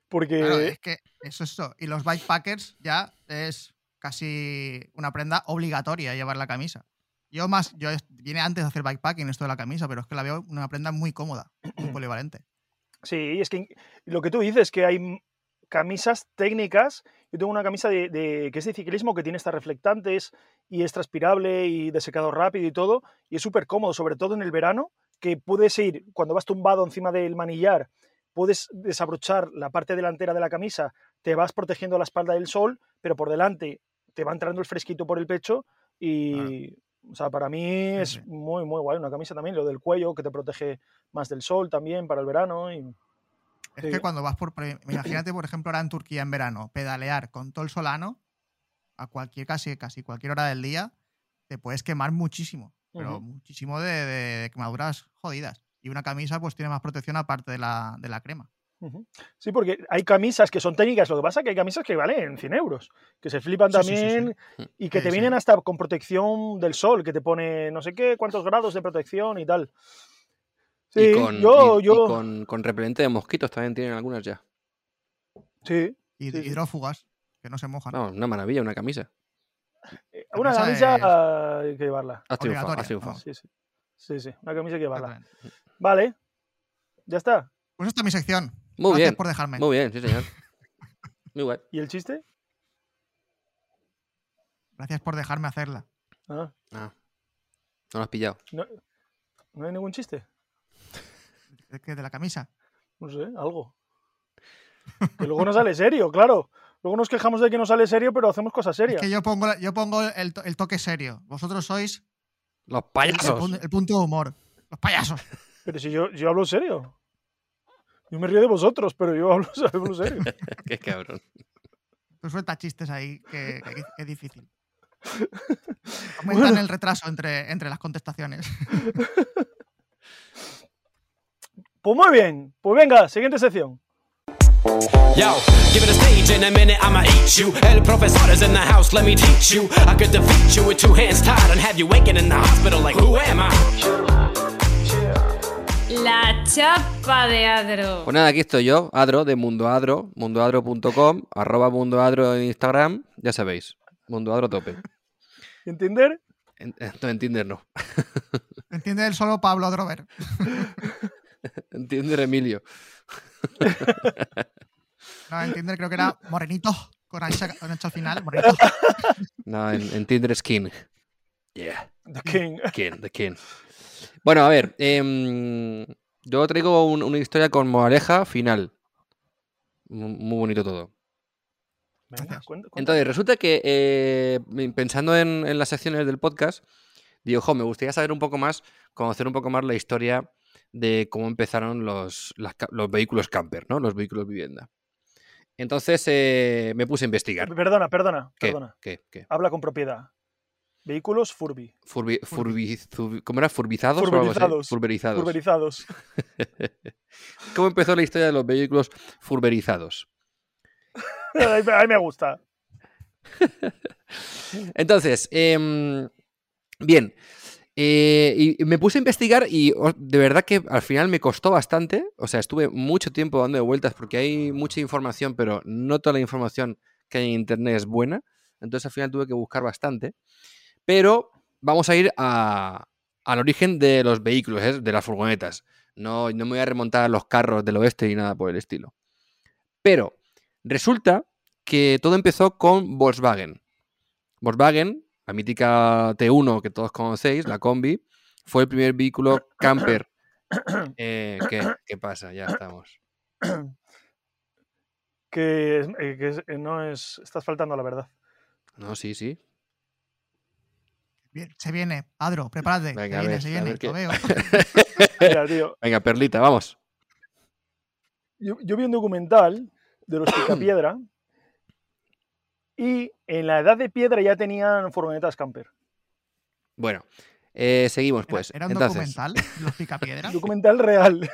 Porque. Claro, ¿eh? es que eso es eso. Y los bikepackers ya es casi una prenda obligatoria llevar la camisa. Yo más, yo es- viene antes de hacer bikepacking esto de la camisa, pero es que la veo una prenda muy cómoda, muy polivalente. Sí, es que lo que tú dices, que hay m- camisas técnicas. Yo tengo una camisa de, de- que es de ciclismo, que tiene estas reflectantes y es transpirable y de secado rápido y todo. Y es súper cómodo, sobre todo en el verano, que puedes ir, cuando vas tumbado encima del manillar, puedes desabrochar la parte delantera de la camisa, te vas protegiendo la espalda del sol, pero por delante te va entrando el fresquito por el pecho y... O sea, para mí Ah. Sí, es sí. muy, muy guay una camisa también, lo del cuello, que te protege más del sol también para el verano. Y... Es Sí. que cuando vas por. pre- Imagínate, por ejemplo, ahora en Turquía en verano, pedalear con todo el solano a cualquier, casi, casi cualquier hora del día, te puedes quemar muchísimo. Pero Ujú. muchísimo de, de- de quemaduras jodidas. Y una camisa, pues tiene más protección aparte de la, de la crema. Ujú. Sí, porque hay camisas que son técnicas, lo que pasa es que hay camisas que valen 100 euros, que se flipan Sí, sí, sí, sí. también y que Sí, te sí. vienen hasta con protección del sol, que te pone no sé qué, cuántos grados de protección y tal. Sí, y con, yo, y- y yo, con, con repelente de mosquitos también tienen algunas ya. sí. Y Sí, sí. hidrófugas, que no se mojan. Vamos, una maravilla, una camisa. Eh, Una Esa camisa es ah, hay que llevarla. Has triunfado, has Obligatoria, triunfado. vamos. Sí, sí. Sí, sí, una camisa hay que llevarla. Oh. Exactamente. Vale, ya está. Pues esta es mi sección. Muy Gracias bien, por dejarme. muy bien, sí señor. Muy guay. ¿Y el chiste? Gracias por dejarme hacerla. Ah, Ah, no lo has pillado. ¿No hay ningún chiste? Es eh, que de la camisa. No sé, algo. Que luego no sale serio, claro. Luego nos quejamos de que no sale serio, pero hacemos cosas Es serias. que yo pongo, la- yo pongo el, to- el toque serio. Vosotros sois Los el, payasos. pun- el punto de humor. Los payasos. Pero si yo, yo hablo en serio. Yo me río de vosotros, pero yo hablo, hablo en serio. Qué cabrón. Tú sueltas chistes ahí que, que es difícil. Aumentan Bueno. el retraso entre, entre las contestaciones. Pues muy bien. Pues venga, siguiente sección. Yo, give it a stage in a minute, I'ma eat you. El profesor is in the house, let me teach you. I could defeat you with two hands tied and have you waking in the hospital like, who am I? La chapa de Adro. Pues nada, aquí estoy yo, Adro, de Mundo Adro, mundoadro.com, arroba mundoadro en Instagram, ya sabéis, mundoadro a tope. ¿Entender? En- eh, no, en Tinder no, Entiende él solo Pablo Drover. en Tinder Emilio. No, entiende, creo que era Morenito, con H, con H al final. Morenito. No, en, en Tinder Skin. Yeah, The King. Skin, the Skin. Bueno, a ver, em, yo traigo un- una historia con moraleja final. Mu- Muy bonito todo. Venga, cuenta, cuenta. Entonces, resulta que eh, m- pensando en, en las secciones del podcast, digo, jo, me gustaría saber un poco más, conocer un poco más la historia de cómo empezaron los, las ca- los vehículos camper, ¿no? Los vehículos vivienda. Entonces eh, me puse a investigar. Perdona, perdona, ¿Qué? perdona. ¿Qué? ¿Qué? Habla con propiedad. Vehículos Furby. Furbi- furbi- zub- ¿Cómo era? ¿Furbizados? o algo así? Furberizados. Furberizados. Furberizados. ¿Cómo empezó la historia de los vehículos furberizados? ahí, me- ahí me gusta. Entonces, em, bien. eh, y- y me puse a investigar y o- de verdad que al final me costó bastante. O sea, estuve mucho tiempo dando de vueltas porque hay mucha información, pero no toda la información que hay en internet es buena. Entonces al final tuve que buscar bastante. Pero vamos a ir a- al origen de los vehículos, ¿eh? de las furgonetas. No, no me voy a remontar a los carros del oeste ni nada por el estilo. Pero resulta que todo empezó con Volkswagen. Volkswagen, la mítica T1 que todos conocéis, la combi, fue el primer vehículo camper. Eh, ¿qué, qué pasa? Ya estamos. Que, es- eh, que es- eh, no es. Estás faltando a la verdad. No, sí, sí. Bien, se viene, Adro, prepárate. Venga, a se viene, ver, se viene, lo a ver qué- veo. Mira, tío. Venga, Perlita, vamos. Yo, yo vi un documental de los Picapiedra y en la edad de piedra ya tenían furgonetas camper. Bueno, eh, seguimos pues. era un Entonces, documental, los picapiedras. Documental real.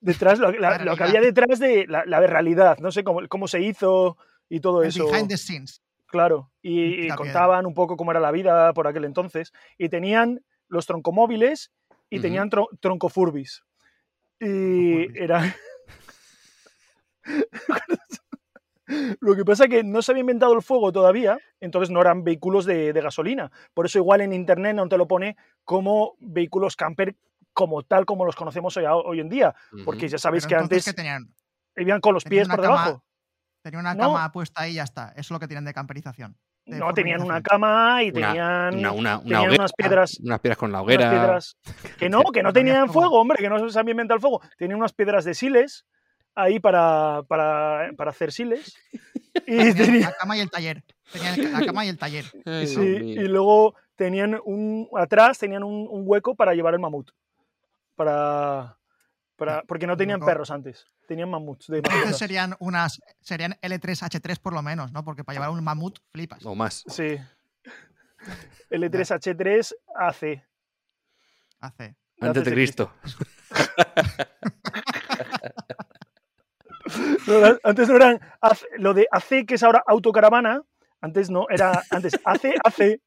Detrás, lo, la- lo que Maravilla. había detrás de la, la realidad, no sé cómo, cómo se hizo y todo el eso. behind the scenes. Claro, y, y Picapiedra. contaban un poco cómo era la vida por aquel entonces. Y tenían los troncomóviles y Ujú. tenían tro- troncofurbis. Y Troncofurbis. era. Lo que pasa es que no se había inventado el fuego todavía, entonces no eran vehículos de, de gasolina. Por eso, igual en internet no te lo pone como vehículos camper como tal como los conocemos hoy, hoy en día. Porque ujú, ya sabéis Pero que entonces, antes ¿qué tenían? vivían con los pies Tenían una por cama- debajo. Tenían una No. cama puesta ahí y ya está. Eso es lo que tenían de camperización. de No, tenían una formalización. cama y Una- tenían. una, una- una tenían hoguera, unas piedras- Unas piedras con la unas hoguera. piedras- Que no, que no Había tenían fuego. fuego, hombre, que no se había inventado el fuego. Tenían unas piedras de siles ahí para, para, para hacer siles. Y, Tenían tenía- la cama y el taller. Tenían la cama y el taller. Ay, sí, Dios mío. y luego tenían un. Atrás tenían un, un hueco para llevar el mamut. Para. para- porque no un tenían hueco. perros antes. Tenían mamuts. de Entonces mascotas. serían unas serían L3H3 por lo menos, ¿no? Porque para llevar un mamut flipas. O más. Sí. E L3H3 AC. Hace. Antes de de Cristo. No era- antes no eran AC lo de AC, que es ahora autocaravana. Antes no, era antes AC, AC,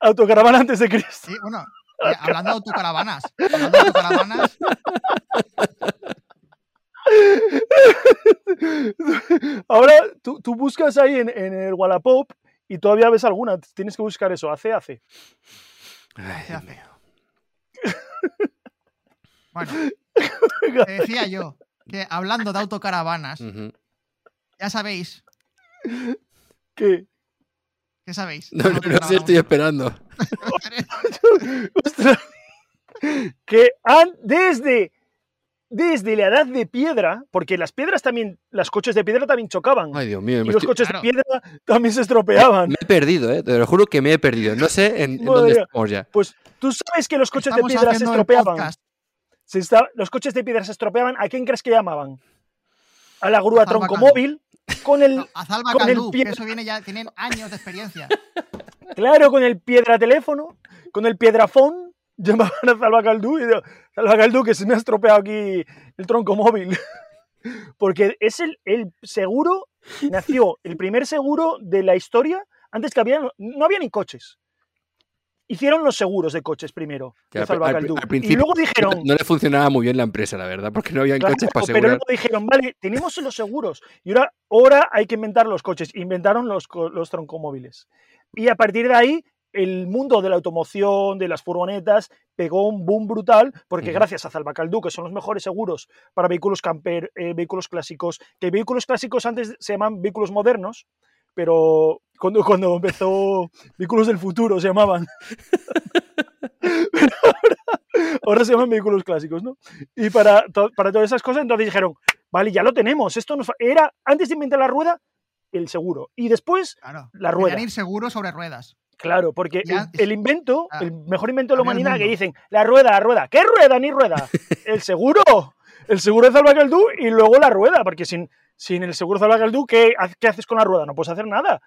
autocaravana antes de Cristo. Sí, bueno, oye, hablando de autocaravanas. Hablando de autocaravanas, Ahora tú, tú buscas ahí en, en el Wallapop y todavía ves alguna. Tienes que buscar eso, AC, AC. Ay, ¿qué Dios hace? mío. Bueno, te decía yo que hablando de autocaravanas, Ujú. ya sabéis, ¿Qué? ¿qué sabéis? No, no, no sé, estoy esperando. Ostras. que han, desde, desde la edad de piedra, porque las piedras también, los coches de piedra también chocaban. Ay, Dios mío. y Me, los estoy- coches claro. de piedra también se estropeaban. me he perdido, ¿eh? Te lo juro que me he perdido. No sé en, en dónde Madre mía. estamos ya. Pues tú sabes que los coches de piedra se estropeaban. Se está- los coches de piedra se estropeaban, ¿a quién crees que llamaban? A la grúa A Salva troncomóvil con el... A Zalba Con el Caldú, que pie. eso viene ya, tienen años de experiencia. Claro, con el piedra teléfono, con el piedrafón, llamaban a Salva Caldú y digo, Salva Caldú, que se me ha estropeado aquí el tronco móvil. Porque es el, el seguro, nació el primer seguro de la historia, antes que había, no había ni coches. Hicieron los seguros de coches primero, Que de al- Salva al- Caldú. al Y principio luego dijeron, No le funcionaba muy bien la empresa, la verdad, porque no había Claro, coches para pero asegurar. luego dijeron, vale, tenemos los seguros y ahora, ahora hay que inventar los coches. Inventaron los, co- los troncomóviles. Y a partir de ahí, el mundo de la automoción, de las furgonetas, pegó un boom brutal porque Ujú. gracias a Zalbacaldú, que son los mejores seguros para vehículos camper, eh, vehículos clásicos, que vehículos clásicos antes se llaman vehículos modernos, pero cuando, cuando empezó vehículos del futuro se llamaban. Pero ahora, ahora se llaman vehículos clásicos, ¿no? Y para, to- para todas esas cosas, entonces dijeron, vale, ya lo tenemos. Esto nos fa- era, antes de inventar la rueda, el seguro. Y después, Claro. La rueda. Querían ir seguro sobre ruedas. claro, porque el, Ya- el invento, Ah, el mejor invento de la cambió el humanidad, que mundo. dicen, la rueda, la rueda. ¿Qué rueda, ni rueda? el seguro. El seguro de Salvagaldú y luego la rueda, porque sin, sin el seguro de Salvagaldú, ¿qué, ha- ¿qué haces con la rueda? No puedes hacer nada.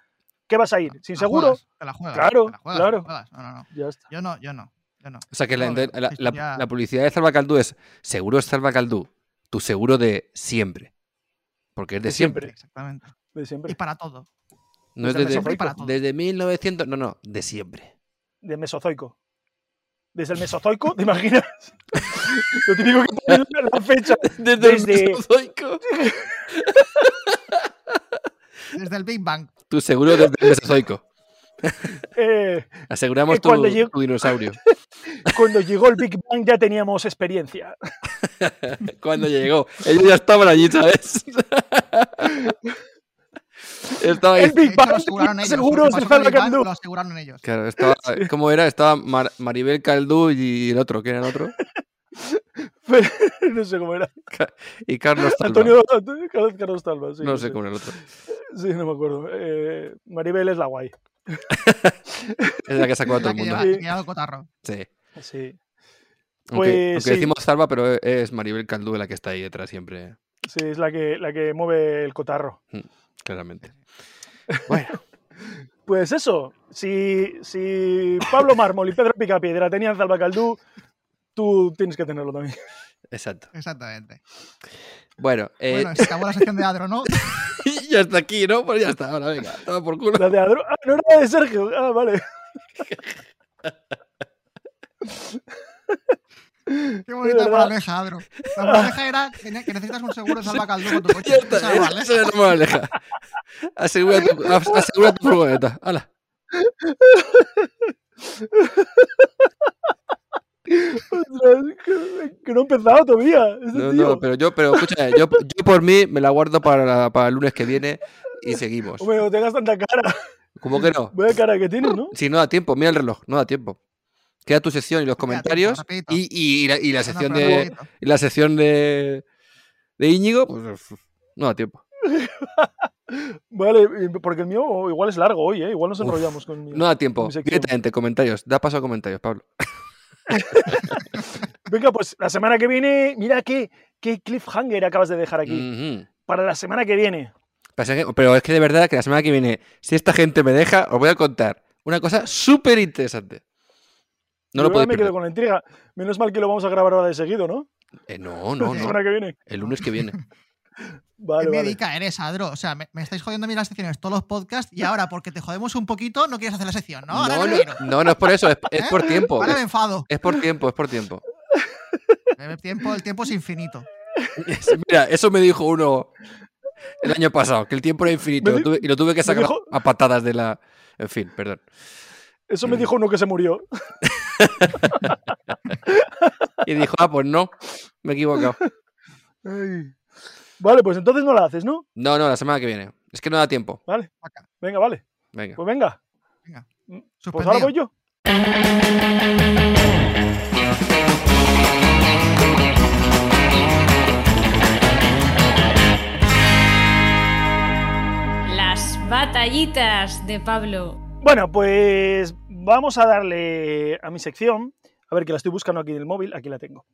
¿Qué vas a ir? ¿Sin Te la seguro? juegas, te la juegas. Claro, te la juegas, claro. te la juegas. No, no, no. Ya está. Yo no, yo no. Yo no. O sea que la, Joder, la- la- ya- la publicidad de Salvacaldú es seguro Salvacaldú, tu seguro de siempre. Porque es de De siempre. siempre. Exactamente. De Y siempre. para todo. Pues No es Desde desde, Mesozoico. desde 1900. No, no, de siempre. de Mesozoico. Desde el Mesozoico, ¿te imaginas? Lo típico que pone la la fecha. Desde, el Desde- Mesozoico. Desde el Big Bang. Tu seguro desde el Mesozoico. Eh, Aseguramos Que tu, cuando llegue- tu dinosaurio. cuando llegó el Big Bang ya teníamos experiencia. Cuando llegó. Ellos ya estaban allí, ¿sabes? estaba ahí. El Big De hecho, lo Bang aseguraron ellos. Lo seguros que de pasó con el Big Bang Zalacandú. Lo aseguraron ellos. Claro, estaba. ¿Cómo era? Estaba Mar- Maribel Caldú y el otro. ¿Quién era el otro? No sé cómo era. Y Carlos Talba. Antonio Antonio- Carlos, Carlos Talba. Sí, no sé cómo era el otro. Sí, no me acuerdo. Eh, Maribel es la guay. Es la que sacó a todo La el que mundo. lleva- Sí. que lleva el cotarro. Sí. Sí, Aunque, Pues, aunque sí. decimos Salva, pero e, es Maribel Caldú la que está ahí detrás siempre, sí, es la que, la que mueve el cotarro. claramente. Bueno, Pues eso, si, si Pablo Mármol y Pedro Picapiedra tenían Zalbacaldú, tú tienes que tenerlo también. exacto. Exactamente. Bueno, eh, Bueno, se acabó la sección de Adro, ¿no? y ya está aquí, ¿no? Pues ya está, ahora venga, toma por culo. La de Adro. Ah, no era la de Sergio. Ah, vale. Qué Es bonita verdad. moraleja, Adro. La moraleja era que ne- que necesitas un seguro de salvacaldú con tu coche. Ya está, Esa eh. era la esa moraleja. es la moraleja. Asegura tu, as- asegura tu furgoneta, hala. Ostras, que, que no he empezado todavía. Este No, tío. no, pero yo, pero escucha, eh, yo, yo por mí me la guardo para, la- para el lunes que viene y seguimos. Hombre, no tengas tanta cara. ¿Cómo que no? Vaya cara que tienes, ¿no? Si no da tiempo, mira el reloj, no da tiempo. Queda tu sección y los tiempo, comentarios rapidito. y, y- y la, y No, la no, sección pero de, rapidito. Y la sección de, de Íñigo, pues no da tiempo. Vale, y- porque el mío igual es largo hoy, ¿eh? Igual nos Uf, enrollamos con el mío. No da tiempo. Mi sección. Directamente, comentarios. Da paso a comentarios, Pablo. Venga, pues la semana que viene, mira qué, qué cliffhanger acabas de dejar aquí. Ujú. Para la semana que viene. Pasa que- Pero es que de verdad que la semana que viene, si esta gente me deja, os voy a contar una cosa súper interesante. Yo No lo ya podéis me quedo perder. con la intriga. Menos mal que lo vamos a grabar ahora de seguido, ¿no? Eh, no, no, La no. semana que viene. El lunes que viene. Vale, ¿Qué vale. médica eres, Adro? O sea, me, me estáis jodiendo a mí las secciones, todos los podcasts, y ahora, porque te jodemos un poquito, no quieres hacer la sección, ¿no? Ahora no, no, quiero. no, no es por eso, es, es por ¿Eh? tiempo. pues. Ahora me Es, enfado. es por tiempo, es por tiempo. Eh, El tiempo, el tiempo es infinito. Mira, eso me dijo uno el año pasado, que el tiempo era Me infinito lo di- tuve- y lo tuve que me sacar dijo- a patadas de la... En fin, perdón. Eso me dijo uno que se murió. Y dijo, ah, pues no, me he equivocado. Ay. Vale, pues entonces no la haces, ¿no? No, no, la semana que viene. Es que no da tiempo. Vale. Acá. Venga, vale. Venga. Pues venga. Venga. Pues ahora Suspendido. voy yo. Las batallitas de Pablo. Bueno, pues vamos a darle a mi sección. A ver, que la estoy buscando aquí en el móvil, aquí la tengo.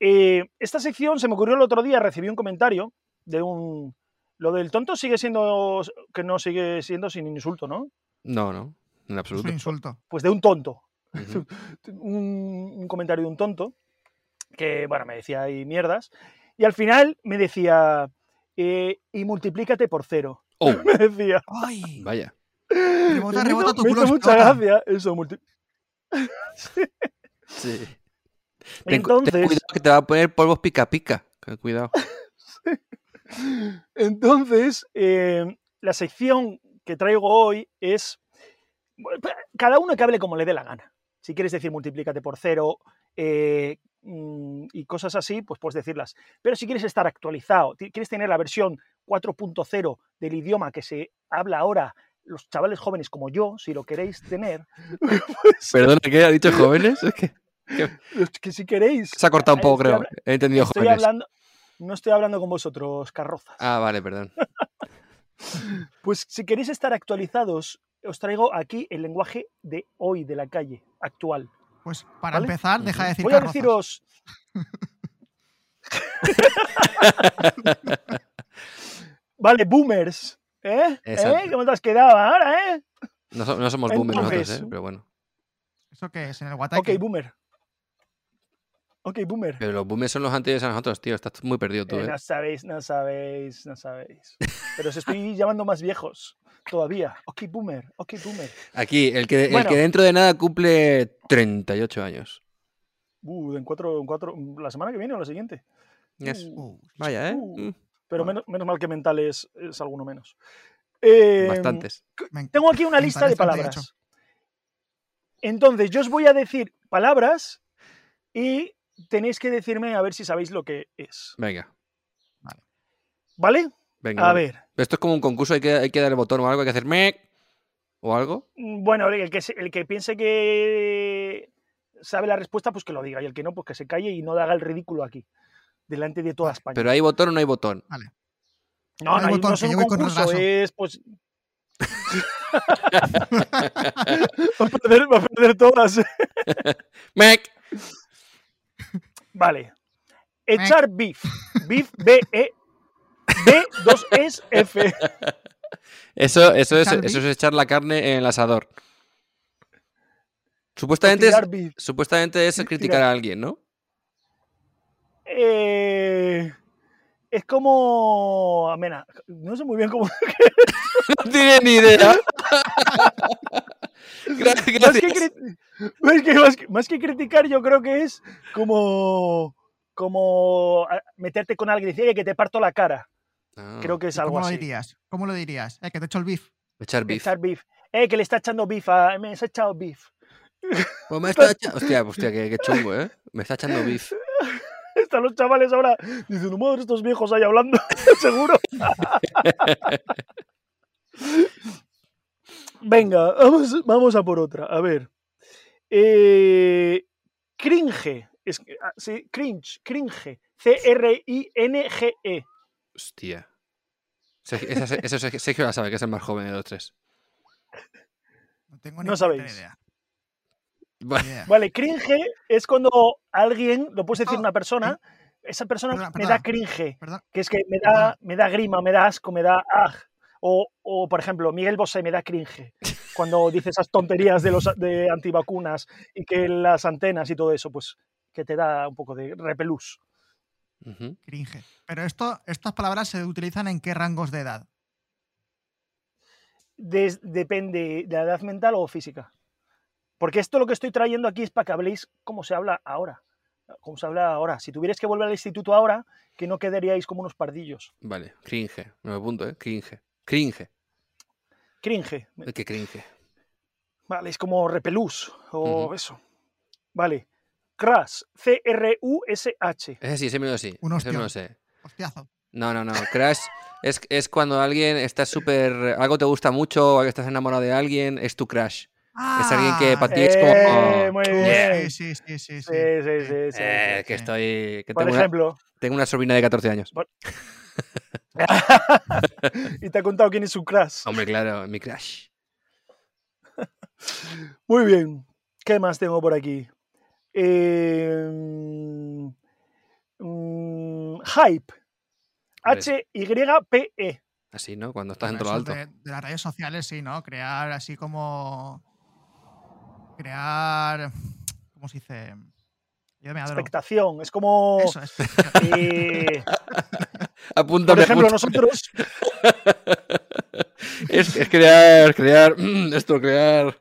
Eh, esta sección se me ocurrió el otro día, recibí un comentario de un... Lo del tonto sigue siendo... que no sigue siendo sin insulto, ¿no? No, no. en Es absoluto. un insulto. Pues de un tonto. Ujú. un, un comentario de un tonto que, bueno, me decía ahí mierdas. Y al final me decía, eh, y multiplícate por cero. Oh, Me decía. ¡Ay! vaya. Rebota, me rebota, hizo- tu me culo hizo mucha explota. gracia eso. multi- Sí. Ten, cu- ten Entonces, cuidado que te va a poner polvos pica pica. Ten Cuidado. entonces eh, la sección que traigo hoy es bueno, cada uno que hable como le dé la gana. Si quieres decir multiplícate por cero eh, mm, y cosas así, pues puedes decirlas. Pero si quieres estar actualizado, ti- quieres tener la versión 4.0 del idioma que se habla ahora los chavales jóvenes como yo, si lo queréis tener, Perdona, ¿qué ha dicho jóvenes? Es que los que si queréis, se ha cortado un eh, poco, Estoy creo. habla- He entendido estoy jóvenes. hablando, no estoy hablando con vosotros, carrozas. Ah, vale, perdón. Pues si queréis estar actualizados, os traigo aquí el lenguaje de hoy, de la calle, actual. Pues para ¿Vale? empezar, deja de decir Voy a carrozas. deciros, vale, boomers, ¿eh? ¿Eh? Exacto. ¿Cómo te has quedado ahora, eh? No, so- no somos boomers nosotros, Entonces- ¿eh? pero bueno. ¿Eso qué es? ¿En el Guatay? Ok, boomer. Ok, boomer. Pero los boomers son los anteriores a nosotros, tío. Estás muy perdido tú, Eh, ¿eh? no sabéis, no sabéis, no sabéis. Pero os estoy llamando más viejos todavía. Ok, boomer, ok, boomer. Aquí, el que, el Bueno. que dentro de nada cumple 38 años. Uh, en cuatro, en cuatro, mm, la semana que viene o la siguiente. Yes. Uh. Uh, Vaya, ¿eh? Uh. Mm, Pero menos, menos mal que mental es, es alguno menos. Eh, Bastantes. me enc- Tengo aquí una mental lista de es 38. palabras. Entonces, yo os voy a decir palabras y tenéis que decirme a ver si sabéis lo que es. Venga, ¿Vale? venga. A vale. ver. Esto es como un concurso, hay que, hay que dar el botón o algo, hay que hacer mec o algo. mm, Bueno, el que, se- el que piense que sabe la respuesta, pues que lo diga. Y el que no, pues que se calle y no haga el ridículo aquí, delante de toda España. Pero hay botón o no hay botón. no, hay no, hay- botón, no es que un yo voy con concurso, retraso. es pues... va, a perder, va a perder todas. Mec. Vale. Echar beef. Beef, B-E. B, 2 es F. Eso, eso, es, ¿Echar eso es beef? echar la carne en el asador. Supuestamente es, Tirar beef. supuestamente es Tirar. criticar a alguien, ¿no? Eh, es como. Amena. No sé muy bien cómo. No tiene ni idea. Gra- Más que, Gracias. cri- más que- más que- más que criticar, yo creo que es como. Como a- meterte con alguien y decir, "Oye, que te parto la cara. Ah, Creo que es ¿Y algo ¿Cómo lo así. dirías? ¿Cómo lo dirías? Eh, que te echo el beef. Echar beef. Echar beef. Eh, que le está echando beef a. Me has echado beef. Pues me está echa- Hostia, hostia, qué, qué chungo, ¿eh? Me está echando beef. Están los chavales ahora diciendo, madre, estos viejos ahí hablando, seguro. Venga, vamos, vamos a por otra. A ver. Eh, cringe. Es, que- ah, sí, cringe, cringe. C-R-I-N-G-E. Hostia. Se- esa- esa- Eso Sergio, la sabe, que es el más joven de los tres. No tengo ni No puta sabéis. idea. Vale. Ni idea. Vale, cringe es cuando alguien, lo puedes decir Oh, una persona, esa persona perdona, me perdona. da cringe. Perdón. que es que me da, Perdona. me da grima, me da asco, me da aj. O, o, por ejemplo, Miguel Bosé me da cringe cuando dice esas tonterías de los a- de antivacunas y que las antenas y todo eso, pues que te da un poco de repelús. Ujú. Cringe. Pero esto, estas palabras se utilizan en qué rangos de edad. Des- depende de la edad mental o física. Porque esto lo que estoy trayendo aquí es para que habléis cómo se habla ahora. Cómo se habla ahora. Si tuvierais que volver al instituto ahora, que no quedaríais como unos pardillos. Vale, cringe. No me apunto, ¿eh? Cringe. Cringe. Cringe. Ay, Qué cringe. Vale, es como repelús o Ujú. eso. Vale. Crash. C-R-U-S-H. Ese sí, ese me lo sé. Un Ese me hostión. lo sé. Hostiazo. No, no, no. Crash es, es cuando alguien está súper. Algo te gusta mucho, o estás enamorado de alguien, es tu crash. Es alguien que Ah, para ti es como. Eh, muy tú, bien. Sí, sí, sí, Sí, sí, sí, sí. sí, sí, eh, sí. sí. que estoy. Que Por tengo, una, ejemplo. tengo una sobrina de 14 años. y te ha contado quién es su crash. Hombre, claro, mi crash. Muy bien. ¿Qué más tengo por aquí? Eh, mm, mm, hype. Hombre, sí. H-Y-P-E. Ah, Así, ¿no? Cuando estás en Bueno, todo lo eso alto. De, de las redes sociales, sí, ¿no? Crear así como crear. ¿Cómo se dice? Ayúdame, Adro. Expectación. Es como. Eso, es. eh, Apúntame. por ejemplo, apúntame. nosotros. es, es crear, crear, mm, esto, crear.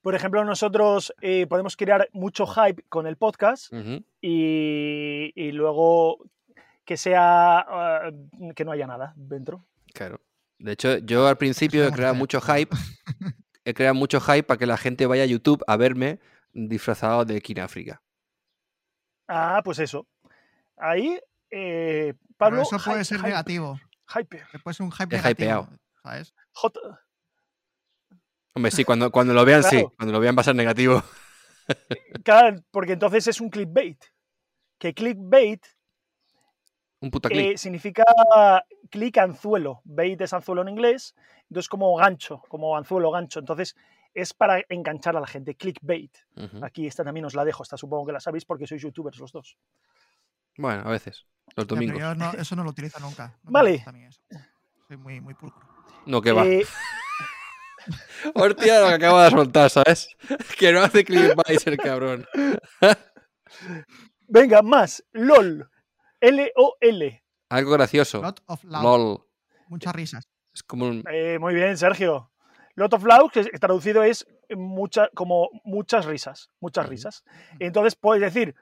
Por ejemplo, nosotros eh, podemos crear mucho hype con el podcast Ujú. y, y luego que sea ah, que no haya nada dentro. Claro. De hecho, yo al principio he vamos a creado hacer. mucho hype. He creado mucho hype para que la gente vaya a YouTube a verme disfrazado de Kináfrica. Ah, pues eso. Ahí, eh, Pablo. Pero eso puede hy- ser hype, negativo. hype, que Puede ser un hype Es negativo. hypeado. ¿Sabes? hot- Hombre, sí, cuando, cuando lo vean, sí. Claro. Cuando lo vean va a ser negativo. claro, porque entonces es un clickbait. Que clickbait Un puta eh, clic. significa clic anzuelo. Bait es anzuelo en inglés. Entonces, como gancho, como anzuelo, gancho. Entonces, es para enganchar a la gente. Clickbait. Ujú. Aquí esta también os la dejo. Esta supongo que la sabéis porque sois youtubers los dos. Bueno, a veces. Los Ya, pero domingos. yo no- eso no lo utilizo nunca. No me Vale. gusta a mí eso. Soy muy, muy pulcro. No, que va. Eh, Hostia, lo que acaba de soltar, ¿sabes? Que no hace clickbait el cabrón. venga, más. LOL. L-O-L. Algo gracioso. Lot of loud. LOL. Muchas risas. Es como un. Eh, muy bien, Sergio. Lot of Loud, que es- traducido es mucha, como muchas risas. Muchas Ujú. risas. Entonces, puedes decir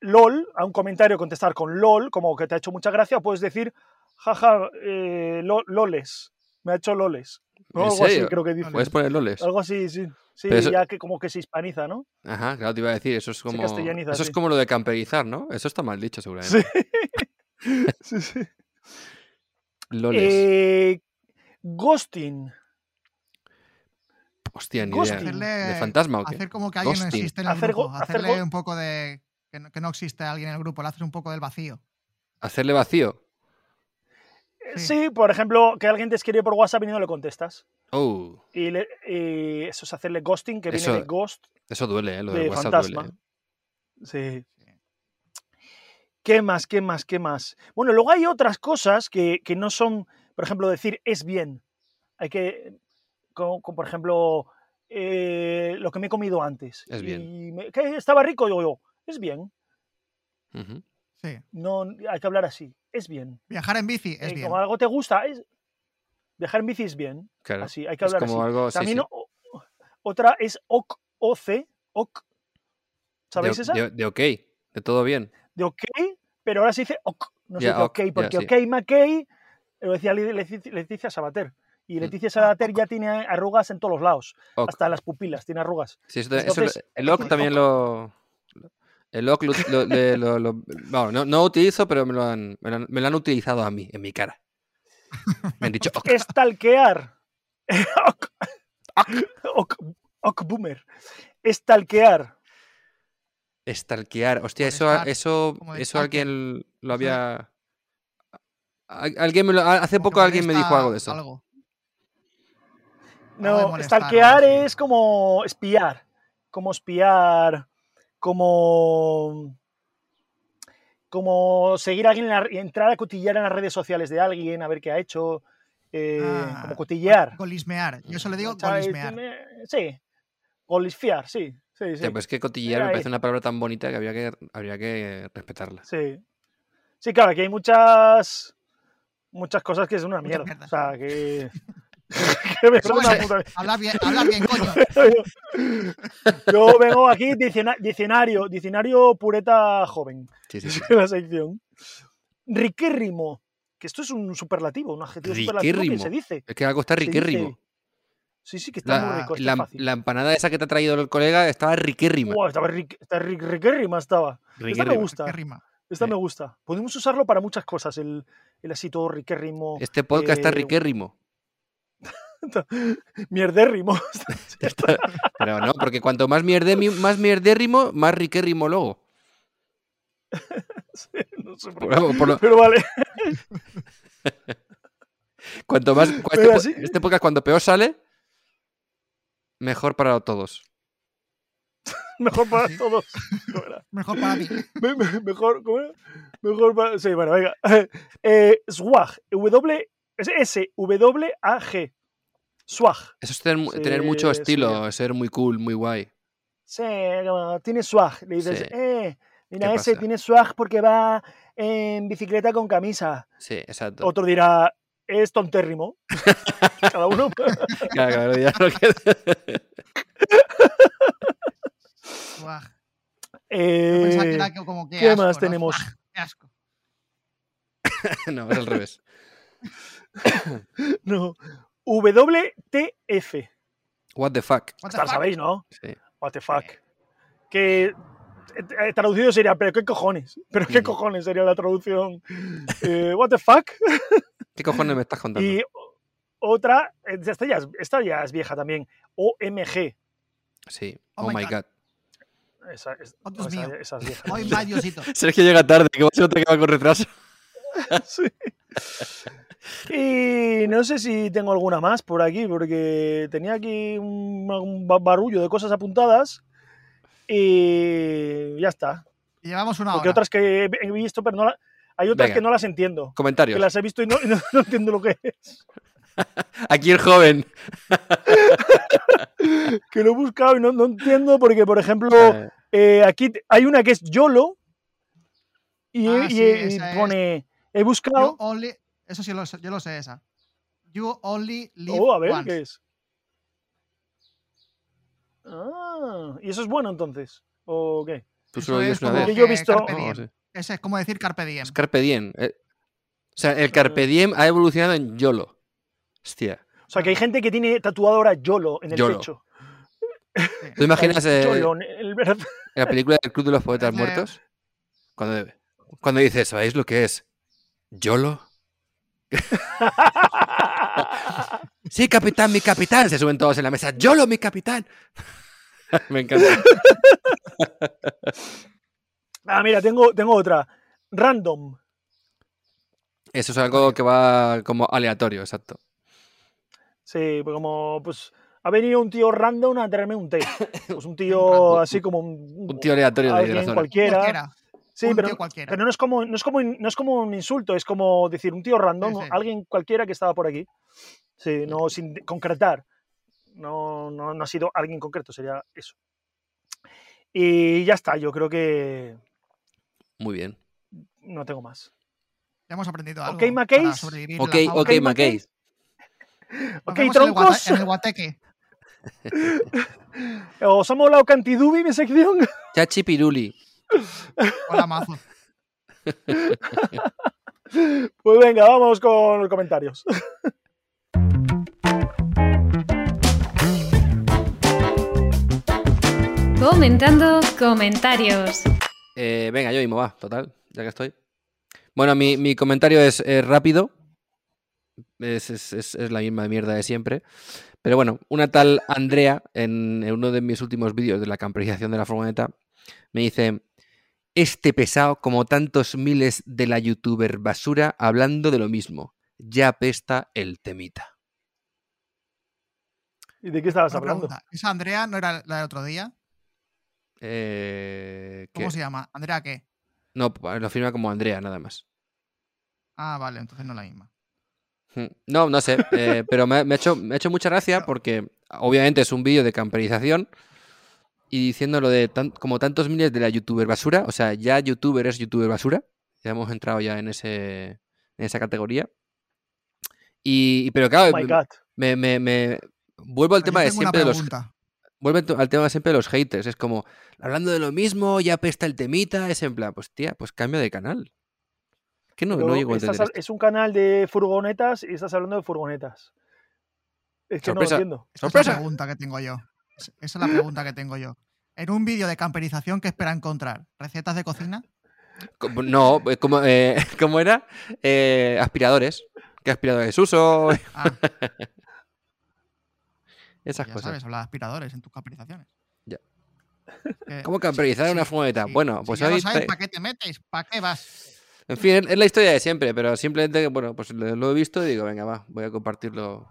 LOL a un comentario, contestar con LOL, como que te ha hecho mucha gracia, o puedes decir jaja, eh, lo- loles. Me ha hecho loles. O ¿En algo así, serio? creo que dice. Puedes poner loles. Algo así, sí. Sí, Pero eso- ya que como que se hispaniza, ¿no? Ajá, claro, te iba a decir. Eso es como. castellaniza, Eso es sí. como lo de camperizar, ¿no? Eso está mal dicho, seguramente. Sí, sí. Loles. Eh, ghosting. Hostia, ni idea. ghosting. ¿De Hacerle, fantasma o qué? hacer como que alguien no Ghosting. existe en el Hacer grupo. go- hacer Hacerle go- un poco de. Que no, que no existe alguien en el grupo. Le haces un poco del vacío. Hacerle vacío. Eh, Sí. Sí, por ejemplo, que alguien te escribe por WhatsApp y no le contestas. Oh, Y, le- y eso es hacerle ghosting, que Eso- viene de ghost, eso duele, ¿eh? Lo del de WhatsApp fantasma. duele. ¿eh? Sí. ¿Qué más? ¿Qué más? ¿Qué más? Bueno, luego hay otras cosas que, que no son, por ejemplo, decir es bien. Hay que, como, como por ejemplo, eh, lo que me he comido antes. Es Y me- que estaba rico, digo yo, es bien. ¿eh? Ujú. Sí. No, hay que hablar así, es bien. Viajar en bici es Eh, bien. Como algo te gusta, es... viajar en bici es bien. Claro. Así, hay que Es hablar como así. algo. Ah, sí, También sí. o- o- otra es OC, OC, OC. De- ¿Sabéis esa? De, de ok, de todo bien. de OK, pero ahora se dice OK. No se Ya, dice ok, OK, ya, porque sí. OK McKay lo decía Leti- Leti- Leticia Sabater. Y Mm. Leticia Sabater ya tiene arrugas en todos los lados, Ok. hasta en las pupilas, tiene arrugas. Sí, eso ta- eso lo- Entonces, el OC ok. también lo. El OC lo, lo- le- lo- lo- vamos, no, no utilizo, pero me lo, han, me, lo han, me lo han utilizado a mí, en mi cara. Me han dicho ok. Estalquear. ok, ok, ok, boomer. Estalquear. Estalquear. Hostia, de eso, a- stalk, eso, como de eso alguien lo Eso de- había. Al- Alguien me lo- a- hace Como que poco alguien me dijo molesta algo de eso. Algo. Algo de No, molestar, estalquear algo así. es como espiar. Como espiar. Como. Como seguir a alguien, en la- entrar a cotillear en las redes sociales de alguien, a ver qué ha hecho. eh, Ah, como cotillear. Golismear. Yo eso le digo ¿sabes? golismear. Sí. Golisfiar, sí. Sí, sí. Hostia, pues es que cotillear Era me parece ahí. una palabra tan bonita que habría que, habría que respetarla. sí. Sí, claro, aquí hay muchas. Muchas cosas que es una mierda. mierda. O sea, que. que me suena una Bueno, puta- Hablar bien, hablar bien, coño. Yo vengo aquí, dicciona- diccionario, diccionario pureta joven, Sí, sí, sí. de la sección. Riquérrimo, que esto es un superlativo, un adjetivo superlativo que Riquérrimo. se dice. Es que algo está se dice. riquérrimo. Sí, sí, que está muy La, rico, está la- fácil. la empanada esa que te ha traído el colega estaba riquérrima. Guau, estaba ric- está ric- riquérrima estaba. Esta me Riquérrima. gusta, Qué rima. esta Sí. me gusta. Podemos usarlo para muchas cosas, el, el así todo riquérrimo, Este podcast está Eh, riquérrimo. Eh. mierdérrimo. Está- Pero no, porque cuanto más, mierde, más mierdérrimo, más riquérrimo luego. no sé por qué. Por- por lo- Pero vale, cuanto más, cua- este, Pero po- así- este podcast cuanto peor sale, mejor para todos. mejor para Sí. todos. No era. Mejor para ti. Me- me- Mejor, ¿cómo era? Mejor para. Sí, bueno, venga. Eh, swag, W, S- S, W, A, G. Swag. Eso es tener, mu- tener Sí, mucho sí. estilo, ser muy cool, muy guay. Sí, como, tiene swag. Le dices, Sí. eh, mira, ¿Qué ese pasa? tiene swag porque va en bicicleta con camisa. Sí, exacto. Otro dirá, es tontérrimo. Cada uno. Claro, claro, ya no queda- Guau, yo pensaba que Eh, era que como que ¿Qué asco, más ¿no? tenemos? Guau, qué asco. no, es al revés. No. WTF. What the fuck. What the Lo fuck? sabéis, ¿no? Sí. What the fuck. Que eh, eh, traducido sería, pero qué cojones. Pero Mm. qué Ujú. cojones sería la traducción. Eh, what the fuck. ¿Qué cojones me estás contando? Y o- otra, eh, esta ya, es- esta ya es vieja también. OMG. Sí. Oh Oh my my god. Esa, es- Oh, Dios esa- mío. esa es vieja. Hoy va Diosito. Sergio llega tarde, que se nota que va con retraso. Sí. Y no sé si tengo alguna más por aquí, porque tenía aquí un, un ba- barullo de cosas apuntadas y ya está. Y llevamos una Porque hora. otras que he visto, pero no la- hay otras Venga. que no las entiendo. Que Comentarios. las he visto y no, y no- no entiendo lo que es. Aquí el joven. Que lo he buscado y no, no entiendo porque, por ejemplo, Eh, eh, aquí te- hay una que es YOLO y, Ah, y- sí, y esa es. pone... He You buscado... only, eso sí, lo, sé- yo lo sé esa. You only live Oh, a ver, once. ¿qué es? Ah, ¿y eso es bueno entonces? ¿O qué? Tú Eso solo vives es una como vez. que yo he visto- Carpe yo- No, diem. sí. Ese es como decir carpe diem. Es Carpe diem. eh. O sea, el Carpe diem ha evolucionado en YOLO. Hostia. O sea, que hay Ah. gente que tiene tatuadora YOLO en el YOLO. pecho. ¿Tú imaginas eh, YOLO en el brazo. la película del Club de los Poetas Sí. Muertos? Cuando, cuando dice, ¿sabéis lo que es? ¿YOLO? Sí, capitán, mi capitán. Se suben todos en la mesa. YOLO, mi capitán. Me encanta. Ah, mira, tengo, tengo otra. Random. Eso es algo que va como aleatorio, exacto. Sí, pues como, pues, ha venido un tío random a traerme un té. Pues un tío random. así como un... Un tío aleatorio de, ahí de la alguien zona. cualquiera. Cualquiera. Sí, un pero, tío cualquiera. pero no, es como, no, es como, no es como un insulto, es como decir un tío random, Sí, sí. alguien cualquiera que estaba por aquí. Sí, no, sin de- concretar. No, no, no ha sido alguien concreto, sería eso. Y ya está, yo creo que Muy bien. no tengo más. Ya hemos aprendido algo. Ok, Mackay. para sobrevivir Ok, la ok, fama. McKay. Nos Ok, vemos en el guata- troncos, En el guateque. os ha molado Cantidubi mi sección. Chachi Piruli. Hola, mazo. Pues venga, vamos con los comentarios. Comentando comentarios. Eh, venga, yo mismo, va, total, ya que estoy. Bueno, mi, mi comentario es eh, rápido. Es, es- es- es la misma mierda de siempre. Pero bueno, una tal Andrea, en, en uno de mis últimos vídeos de la camperización de la furgoneta, me dice: Este pesado, como tantos miles de la youtuber basura, hablando de lo mismo. Ya apesta el temita. ¿Y de qué estabas Una hablando? pregunta. Esa Andrea no era la del otro día. Eh, ¿qué? ¿Cómo se llama? ¿Andrea qué? No, lo firma como Andrea, nada más. Ah, vale, entonces no es la misma. Hmm, No, no sé, eh, pero me, me ha hecho, me ha hecho mucha gracia porque obviamente es un vídeo de camperización y diciendo lo de tan- como tantos miles de la youtuber basura, o sea, ya youtuber es youtuber basura, ya hemos entrado ya en, ese, en esa categoría. Y, y- pero Oh claro, my me- God. me, me- me- vuelvo al Yo tema de tengo una siempre de los, pregunta. vuelve to- al tema de siempre de los haters. Es como, hablando de lo mismo, ya pesta el temita. Es en plan, pues tía, pues cambio de canal. Que no, no Pero llego a estás entender hab- esto. es un canal de furgonetas y estás hablando de furgonetas. Es que Sorpresa. no lo entiendo. Esta ¡Sorpresa! Es la pregunta que tengo yo. Es- Esa es la pregunta que tengo yo. En un vídeo de camperización, ¿qué espera encontrar? ¿Recetas de cocina? Como- No, eh, como, eh, ¿cómo era? Eh, aspiradores. ¿Qué aspiradores uso? Ah, Esas ya cosas. sabes, habla de aspiradores en tus camperizaciones. Ya. Que- ¿Cómo camperizar sí, una furgoneta? sí, Bueno, si pues ya lo hoy. sabes, te- ¿Para qué te metes? ¿Para qué vas? En fin, es la historia de siempre, pero simplemente que, bueno, pues lo, lo he visto y digo, venga, va, voy a compartirlo.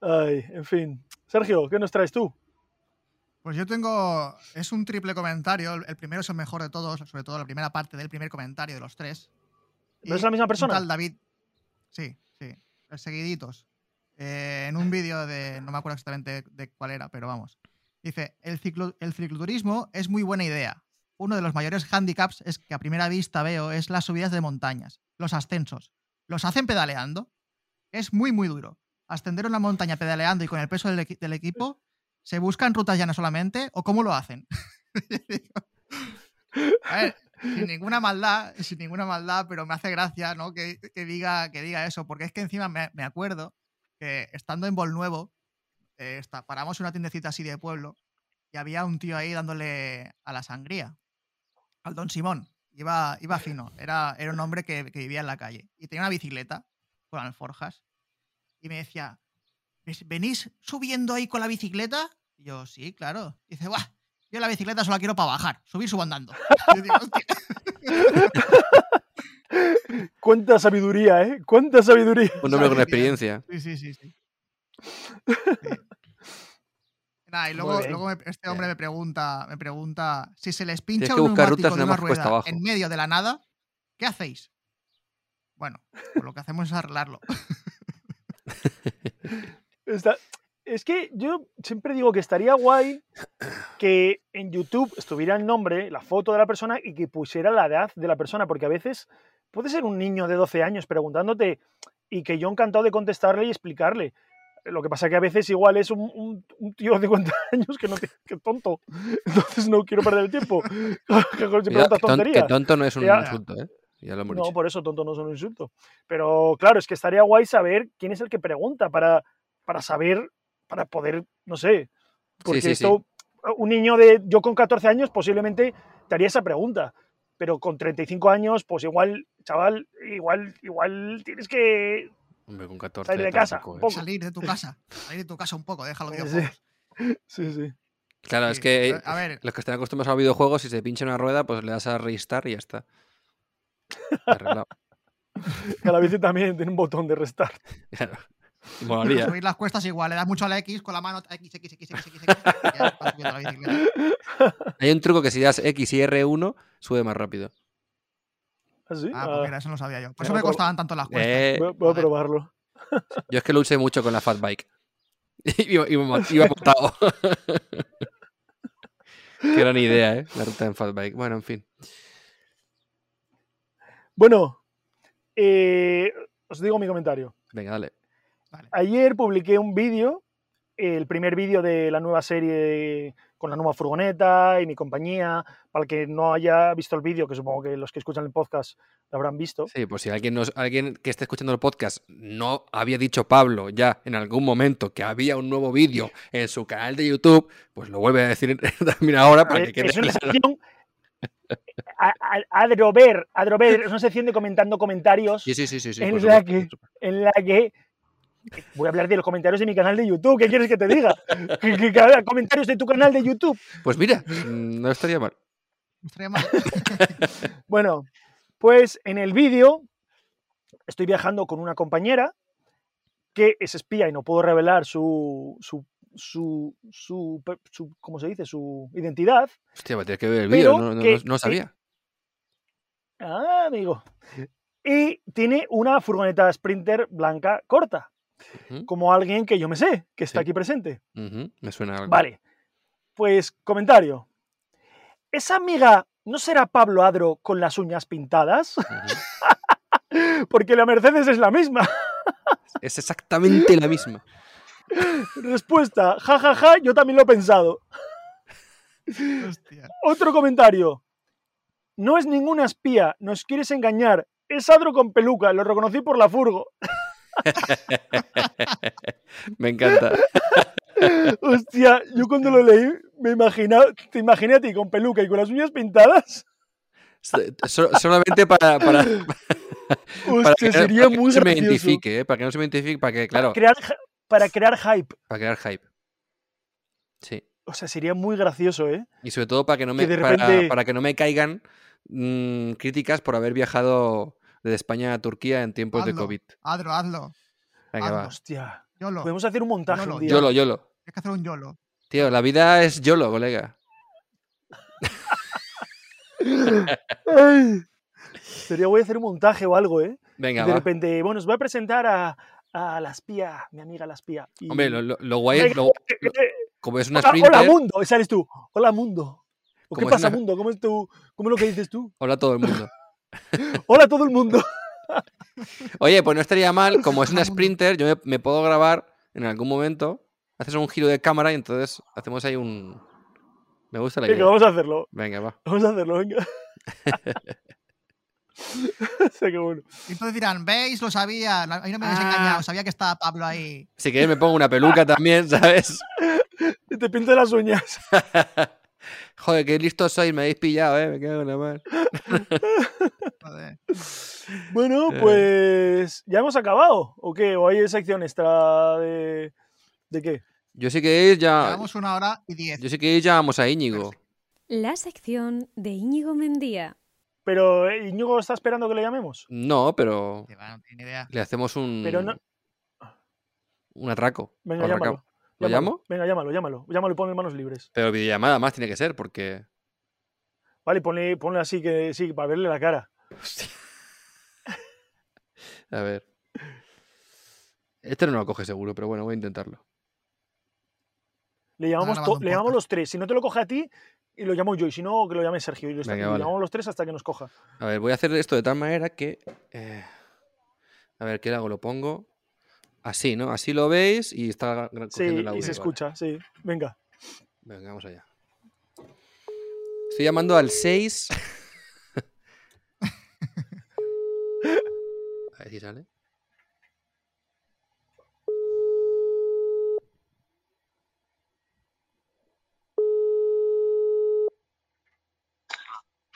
Ay, en fin. Sergio, ¿qué nos traes tú? Pues yo tengo. Es un triple comentario. El el primero es el mejor de todos, sobre todo la primera parte del primer comentario de los tres. ¿No Y es la misma un persona? tal David. Sí, sí. Seguiditos. eh, en un vídeo de, no me acuerdo exactamente de cuál era, pero vamos. Dice, el, ciclo, el cicloturismo es muy buena idea. Uno de los mayores handicaps es que a primera vista veo es las subidas de montañas, los ascensos. ¿Los hacen pedaleando? Es muy, muy duro. Ascender una montaña pedaleando y con el peso del, equi- del equipo, ¿se buscan rutas llanas solamente o cómo lo hacen? a ver, sin ninguna maldad, sin ninguna maldad, pero me hace gracia ¿no? que, que diga, que diga eso, porque es que encima me, me acuerdo que estando en Volnuevo, eh, esta- paramos en una tiendecita así de pueblo y había un tío ahí dándole a la sangría, al don Simón. Iba, iba fino, era, era un hombre que, que vivía en la calle y tenía una bicicleta con alforjas y me decía, "¿Ves- ¿venís subiendo ahí con la bicicleta? Y yo, sí, claro. Y dice, ¡buah! Yo la bicicleta solo la quiero para bajar, subir subo andando. Y yo digo, "Hostia". Cuánta sabiduría, ¿eh? Cuánta sabiduría. Un hombre con Sabiduría. experiencia. Sí, sí, sí, sí. Sí. Nah, y luego, Muy bien. luego me- este hombre me pregunta, me pregunta si se les pincha que un buscar neumático rutas de nada una más cuesta rueda abajo. en medio de la nada, ¿qué hacéis? Bueno, pues lo que hacemos es arreglarlo. Está- Es que yo siempre digo que estaría guay que en YouTube estuviera el nombre, la foto de la persona y que pusiera la edad de la persona, porque a veces puede ser un niño de 12 años preguntándote y que yo encantado de contestarle y explicarle. Lo que pasa que a veces igual es un, un- un tío de 50 años que no tiene, que tonto. Entonces no quiero perder el tiempo. que Cuidado, preguntas que, ton- que tonterías. tonto no es un Ya. insulto, ¿eh? Ya lo hemos No, pues, dicho. por eso tonto no es un insulto. Pero claro, es que estaría guay saber quién es el que pregunta para, para saber, para poder, no sé. Porque sí, sí. esto, eh, un niño de yo con 14 años posiblemente te haría esa pregunta. Pero con 35 años, pues igual, chaval, igual, igual tienes que. Hombre, con 14 Salir de casa, tampoco, un ¿eh? poco. Salir de tu casa. Salir de tu casa un poco, déjalo Sí, videojuegos. Sí, pues, sí. Claro, es Sí, que eh, A ver, los que están acostumbrados a los videojuegos, si se pincha una rueda, pues le das a restar y ya está. Arreglado. Que la bici también tiene un botón de restar. Claro. Y molaría. subir las cuestas igual, le das mucho a la X con la mano X, X, X, X, X, X, y ya vas subiendo la bicicleta. Hay un truco que si das X y R1, sube más rápido. Así. Ah, ah, pues mira, eso no lo sabía yo. Por eso Pero me como- costaban tanto las cuestas. Eh, voy, a- voy a joder. probarlo. yo es que lo usé mucho con la fat bike. iba, iba mo- iba montado. Qué gran idea, ¿eh? La ruta en fat bike. Bueno, en fin. Bueno, eh, os digo mi comentario. Venga, dale. Ayer publiqué un vídeo, el primer vídeo de la nueva serie con la nueva furgoneta y mi compañía. Para el que no haya visto el vídeo, que supongo que los que escuchan el podcast lo habrán visto. Sí, por si alguien, nos, alguien que esté escuchando el podcast no había dicho Pablo ya en algún momento que había un nuevo vídeo en su canal de YouTube, pues lo vuelve a decir también ahora para Eh, que quede es una claro. sección. a- a- Adrover, Adrover, es una sección de comentando comentarios Sí, sí, sí, sí. sí, en por la supuesto, por que- supuesto. en la que. Voy a hablar de los comentarios de mi canal de YouTube. ¿Qué quieres que te diga? Que- que- que- comentarios de tu canal de YouTube. Pues mira, mm, no estaría mal. No estaría mal. Bueno, pues en el vídeo estoy viajando con una compañera que es espía y no puedo revelar su, su, su, su, pe- su- ¿cómo se dice? Su identidad. Hostia, va a tener que ver el Pero vídeo, no, no- que- no- no sabía. Ah, amigo. Y tiene una furgoneta Sprinter blanca corta, Ujú, como alguien que yo me sé, que está Sí. aquí presente. ujú, me suena algo. Vale. Pues comentario. ¿Esa amiga no será Pablo Adro con las uñas pintadas? Ujú. Porque la Mercedes es la misma. Es exactamente la misma. Respuesta, jajaja, ja, ja, yo también lo he pensado. Hostia. Otro comentario. No es ninguna espía, nos quieres engañar. Es Adro con peluca, lo reconocí por la furgo. Me encanta. Hostia, yo cuando lo leí me imaginaba, te imaginé a ti con peluca y con las uñas pintadas. So- solamente para, para, para Hostia, que, no- sería para que muy no se me gracioso. identifique, ¿eh? para que no se me identifique, para que, claro, Crear hy- para crear hype. para crear hype. Sí. O sea, sería muy gracioso, ¿eh? Y sobre todo para que no Que me, de para- repente- para, que no me caigan mm, críticas por haber viajado desde España a Turquía en tiempos de Hazlo. COVID. Adro, hazlo. Venga, va. hazlo. Hostia, Yolo. Tienes podemos hacer un montaje Yolo, un día. Yolo, yolo. que hacer un yolo. Tío, la vida es yolo, colega. Ay, sería voy a hacer un montaje o algo, ¿eh? Venga, de va. ¿eh? repente, bueno, os voy a presentar a, a la espía, mi amiga la espía. Y- Hombre, lo, lo- lo guay es. Venga, lo- eh, lo- eh, como es una hola, hola, sprinter, mundo, y sales tú. Hola mundo. ¿O ¿Qué Como es pasa una- mundo? ¿Cómo es, tu, ¿Cómo es lo que dices tú? habla todo el mundo. Hola todo el mundo. Oye, pues no estaría mal, como es una Hola, mundo. sprinter, yo me, me puedo grabar en algún momento. Haces un giro de cámara y entonces hacemos ahí un. Me gusta la Venga, idea. vamos a hacerlo. Venga, va. Vamos a hacerlo, venga. o sea, que bueno. Y entonces dirán, ¿veis? Lo sabía. no- A mí no me habéis Ah. engañado. Sabía que estaba Pablo ahí. Si quieres, me pongo una peluca también, ¿sabes? Y Te pinto las uñas. Joder, qué listo sois, me habéis pillado, ¿eh? Me cago en la mar. Joder. Bueno, Eh. pues ya hemos acabado. ¿O qué? ¿O hay sección extra de... ¿De qué? Yo sí que ya. Llevamos una hora y diez. Yo sí que llamamos a Íñigo. La sección de Íñigo Mendía. Pero eh, Íñigo está esperando que le llamemos. No, pero Que va, no tiene idea. le hacemos un. Pero no- Un atraco. Venga, o arracao. llámalo. ¿Lo Llámalo. llamo? Venga, llámalo, llámalo. Llámalo y ponle en manos libres. Pero videollamada más tiene que ser, porque. Vale, y ponle, ponle así, que sí, para verle la cara. A ver. Este no lo coge seguro, pero bueno, voy a intentarlo. Le llamamos, grabando to- un le llamamos podcast. los tres. Si no te lo coge a ti, y lo llamo yo. Y si no, que lo llame Sergio. Y lo está- Venga, y lo vale. llamamos los tres hasta que nos coja. A ver, voy a hacer esto de tal manera que. eh, A ver, ¿qué le hago? Lo pongo. Así, ¿no? Así lo veis y está gra- cogiendo Sí, el y audio, se vale. escucha, sí. Venga. Venga, vamos allá. Estoy llamando al 6. A ver si sale.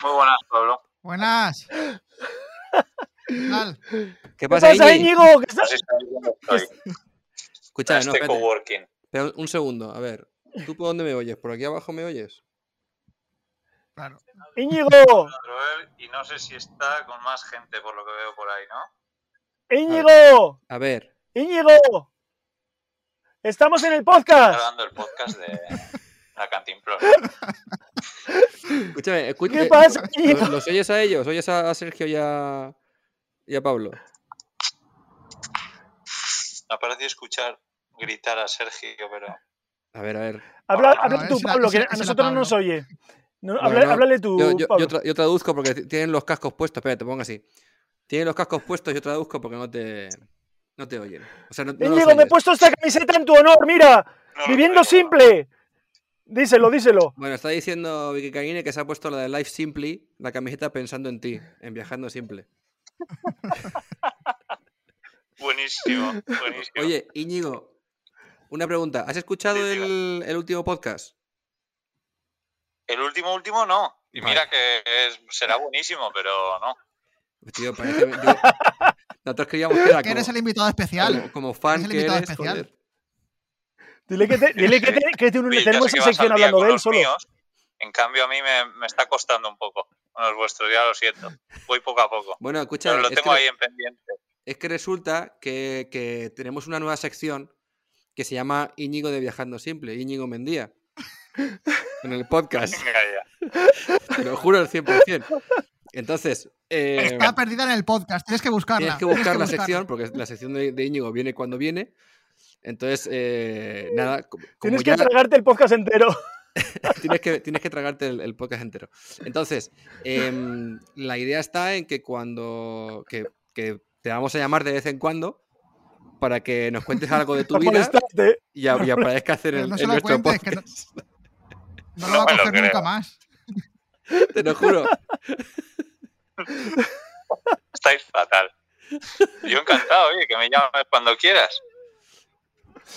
Muy buenas, Pablo. Buenas. ¿Qué tal? ¿Qué ¿Qué pasa, pasa, Iñi? Íñigo? ¿Qué estás- No sé si sabes dónde estoy. Escucha, no, este espérate. coworking. Espera un- un segundo, a ver. ¿Tú por dónde me oyes? ¿Por aquí abajo me oyes? Claro. ¡Íñigo! Roel, Y no sé si está con más gente por lo que veo por ahí, ¿no? ¡Íñigo! A ver. ¡Íñigo! ¡Estamos en el Eh. podcast! Grabando el podcast de la cantimplora. Escúchame, escúchame. ¿Qué pasa, Íñigo? ¿Los, los oyes a ellos? ¿Oyes a, a Sergio y a, y a Pablo? Me ha parecido escuchar gritar a Sergio, pero A ver, a ver. Habla, No, habla no, tú, ese era- Pablo, ese que era- a ese era nosotros no nos Pablo. oye. No, Bueno, habla- no, háblale tú, Yo, yo- yo Pablo. tra- yo traduzco porque t- tienen los cascos puestos. Espera, te pongo así. Tienen los cascos puestos, yo traduzco porque no te, no te oyen. O sea, no, no los Íñigo, me he oyes. puesto esta camiseta en tu honor, mira. no lo Viviendo oigo. simple. Díselo, díselo. Bueno, está diciendo Vicky Caine que se ha puesto la de Life Simply, la camiseta pensando en ti, en viajando simple. Buenísimo, buenísimo. Oye, Íñigo, una pregunta. ¿Has escuchado Sí, el, el último podcast? El último, último no. Y Vale. mira que es- será buenísimo, pero no. Pues, Tío, parece- yo- Nosotros queríamos que era Que eres el como, invitado especial. como- como fan Eres el que invitado eres, especial. joder. Dile que, te- dile que, te- que tiene un- Oye, ya tenemos sé que una vas sección al día hablando con de él los solo. míos, en cambio, a mí me, me está costando un poco con los vuestros, ya lo siento. Voy poco a poco. Bueno, escucha, Pero lo es tengo que- ahí en pendiente. es que resulta que, que tenemos una nueva sección que se llama Íñigo de Viajando Simple, Íñigo Mendía. En el podcast, Venga ya. te lo juro al 100%. Entonces, eh, Está perdida en el podcast. Tienes que buscarla. tienes que buscar la sección, porque la sección de, de Íñigo viene cuando viene. Entonces, eh, nada, co- como Tienes que ya tragarte el podcast entero. tienes, que, tienes que tragarte el, el podcast entero. Entonces, em, la idea está en que cuando que, que te vamos a llamar de vez en cuando para que nos cuentes algo de tu Para vida molestarte. y, a- y aparezca hacer Pero en, no en se lo nuestro cuentes, que no, podcast. no lo va No me a lo coger creo. nunca más. Te lo juro. Estáis fatal. Yo encantado, oye, que me llames cuando quieras.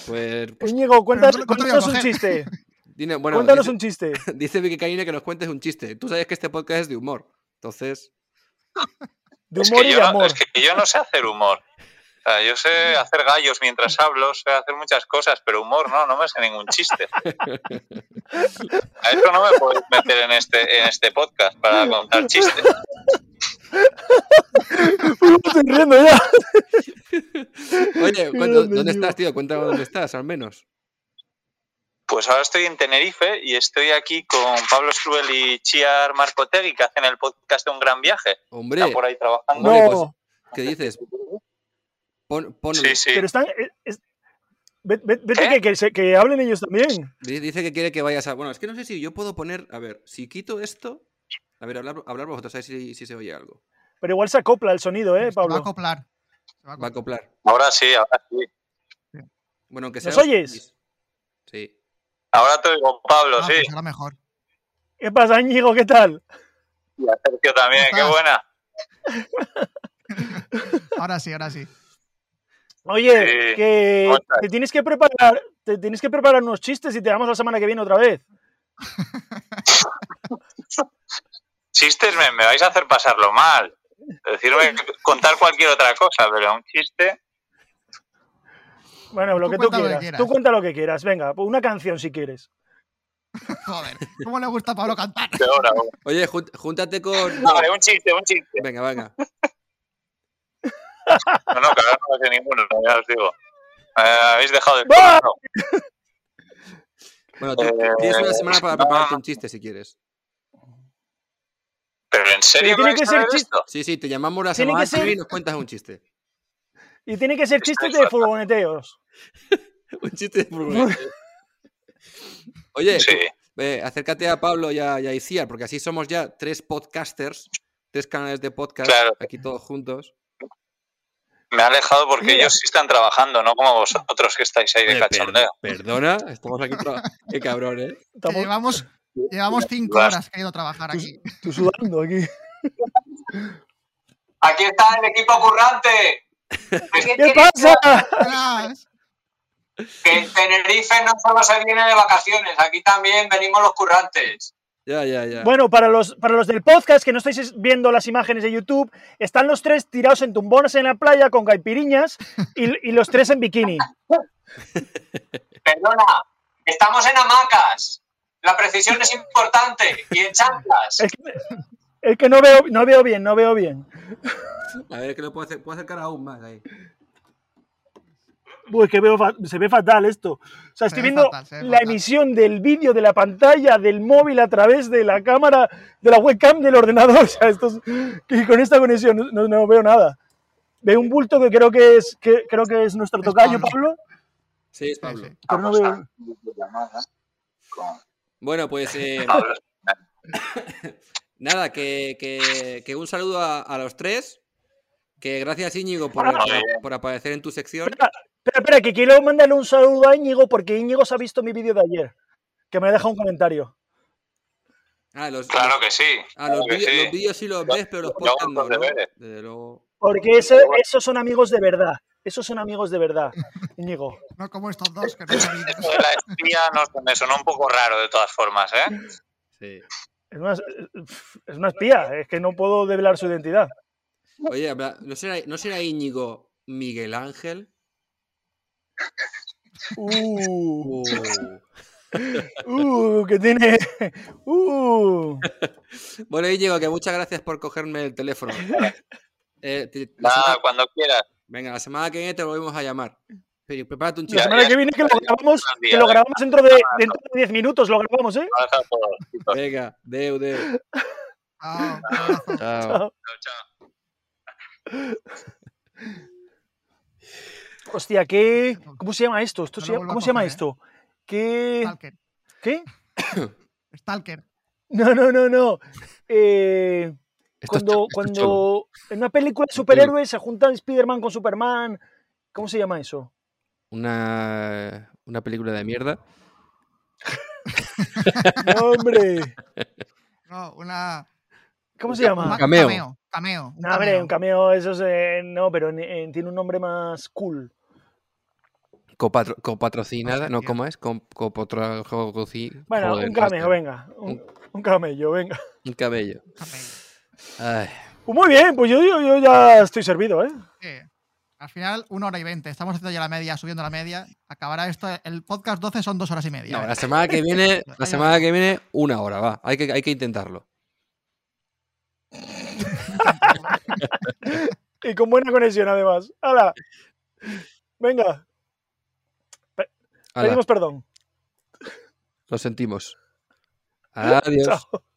Pues, pues, Íñigo, cuentas- no te- no te voy a cuéntanos un coger. chiste. dile- bueno, cuéntanos dice, un chiste. dice Vicky Caine que nos cuentes un chiste. Tú sabes que este podcast es de humor. Entonces, De Es humor que y yo no- amor. Mm. es que yo no sé hacer humor. O sea, yo sé hacer gallos mientras hablo, sé hacer muchas cosas, pero humor no, no me sé ningún chiste. A eso no me podéis meter en este, en este podcast para contar chistes. Uy, me estoy riendo ya. oye, Qué cuento- grande, ¿dónde tío. estás, tío? Cuéntanos dónde estás, al menos. Pues ahora estoy en Tenerife y estoy aquí con Pablo Struel y Chiar Marcotegui, que hacen el podcast de Un Gran Viaje. Hombre, Están por ahí trabajando. hombre, No. pues, ¿qué dices? Pon, ponlo. Sí, sí. Pero están. eh, es- ve- ve- Vete ¿Eh? que, que se- que hablen ellos también. Di- Dice que quiere que vayas a. Bueno, es que no sé si yo puedo poner. A ver, si quito esto. A ver, hablar, hablar vosotros, a ver si, si se oye algo. Pero igual se acopla el sonido, ¿eh, Se va a Pablo? acoplar. Se va a Va a acoplar. acoplar. Ahora sí, ahora sí. Bueno, aunque sea. ¿Nos oyes? Sí. Ahora te digo Pablo, Ah, sí. pues ahora mejor. ¿Qué pasa, Íñigo? ¿Qué tal? Y a Sergio también, ¿Cómo qué estás? buena. Ahora sí, ahora sí. Oye, Sí, que Eh, ¿cómo estás? te tienes que preparar, te tienes que preparar unos chistes y te damos la semana que viene otra vez. Chistes me, me vais a hacer pasarlo mal. Decirme contar cualquier otra cosa, pero un chiste. Bueno, lo Tú que tú cuenta lo que quieras. quieras. Tú cuenta lo que quieras. Venga, pues una canción si quieres. Joder, ¿cómo le gusta a Pablo cantar? Peor aún. Oye, jun- júntate con. Vale, un chiste, un chiste. Venga, venga. No, no, que ahora no lo sé ninguno, ya os digo. Eh, habéis dejado de. ¡Va! Bueno, tú- Eh, tienes una semana para no. prepararte un chiste si quieres. Pero en Pero serio, tiene ¿vais que a ser ver chiste. esto? Sí, sí, te llamamos la Tiene que semana que ser- viene y nos cuentas un chiste. Y tiene que ser chistes de furgoneteos. Un chiste de furgoneta. Oye, Sí. Ve, acércate a Pablo y a, y a Iciar, porque así somos ya tres podcasters, tres canales de podcast, Claro. aquí todos juntos. Me ha alejado porque Mira. ellos sí están trabajando, no como vosotros que estáis ahí de Joder, per- cachondeo. perdona, estamos aquí. tra- Qué cabrón, ¿eh? Que Estamos llevamos, llevamos cinco Vas. horas que he ido a trabajar aquí. tú sudando aquí. Aquí está el equipo currante. ¿Qué pasa? Horas. Que en Tenerife no solo se viene de vacaciones, aquí también venimos los currantes. Ya, ya, Ah. ya. Bueno, para los, para los del podcast que no estáis es- viendo las imágenes de YouTube, están los tres tirados en tumbones en la playa con caipiriñas y, y los tres en bikini. Perdona, estamos en hamacas. La precisión es importante. Y en chanclas. Es que, es que no, veo, no veo bien, no veo bien. A ver, que lo puedo, hacer, puedo acercar aún más ahí. Uy, que veo, fa- se ve fatal esto. O sea, Se estoy ve viendo fatal, se ve la fatal. emisión del vídeo de la pantalla del móvil a través de la cámara, de la webcam del ordenador. O sea, esto es- que con esta conexión no- no, no veo nada. Veo un bulto que creo que es, que, creo que es nuestro Es tocayo, Pablo. Pablo. Sí, es Sí, Pablo. sí. pero no veo- Bueno, pues eh, nada, que, que- que un saludo a, a los tres. Que gracias, Íñigo, por, Ah, por- eh, por aparecer en tu sección. Espera, espera, que quiero mandarle un saludo a Íñigo porque Íñigo se ha visto mi vídeo de ayer. Que me ha dejado un comentario. Ah, los, Claro que sí. ah, los claro que vídeos sí. los vídeos sí los ves, pero los Yo hago podcasts no, los ¿no? deberes. Desde luego. Porque ese- esos son amigos de verdad. Esos son amigos de verdad, Íñigo. No como estos dos que no sabía. Esto de la espía no sé, me sonó un poco raro de todas formas, ¿eh? Sí. Es una, es una espía, es que no puedo develar su identidad. Oye, habla- ¿no será, ¿no será Íñigo Miguel Ángel? Uh, Uh, uh, que tiene. Uh. Bueno, Íñigo, que muchas gracias por cogerme el teléfono. Eh, te- la Nada, semana- cuando quieras. venga, la semana que viene te volvemos a llamar. Pero prepárate un La Ya, chiste. semana ya. que viene que lo grabamos, Un día, que lo venga. grabamos dentro de dentro de 10 minutos, lo grabamos, ¿eh? Ahora está todo. Chicos, Venga, deu, deu. Ah, un abrazo. Chao. chao, chao. Hostia, ¿qué? ¿Cómo se llama esto? Esto No se lo llama- vuelvo a ¿Cómo se llama coger, ¿eh? esto? ¿Qué? Stalker. ¿Qué? Stalker. No, no, no, no. Eh, Esto es cuando chulo, esto es chulo. cuando en una película de superhéroes se juntan Spider-Man con Superman. ¿Cómo se llama eso? Una, una película de mierda. No, hombre. No, una. ¿Cómo se llama? un Cameo. Cameo. cameo, No, hombre, un cameo, eso es. eh, no, pero en- en- tiene un nombre más cool. Copatro- copatrocinada. Hostia, No, tío. ¿cómo es? Com- Copotra... jococi- Bueno, joder, un cameo, macho. venga. Un, un camello, venga. Un cabello. Cameo, Ay, Pues muy bien, pues yo, yo, yo ya estoy servido, ¿eh? sí. Al final, una hora y veinte. Estamos haciendo ya la media, subiendo la media. Acabará esto. El podcast 12 son dos horas y media. ¿eh? no, la semana que viene, la Venga. semana que viene, una hora, va. Hay que, hay que intentarlo. Y con buena conexión, además. ¡Hala! Venga, Hala, pedimos perdón. lo sentimos. Adiós. Chao.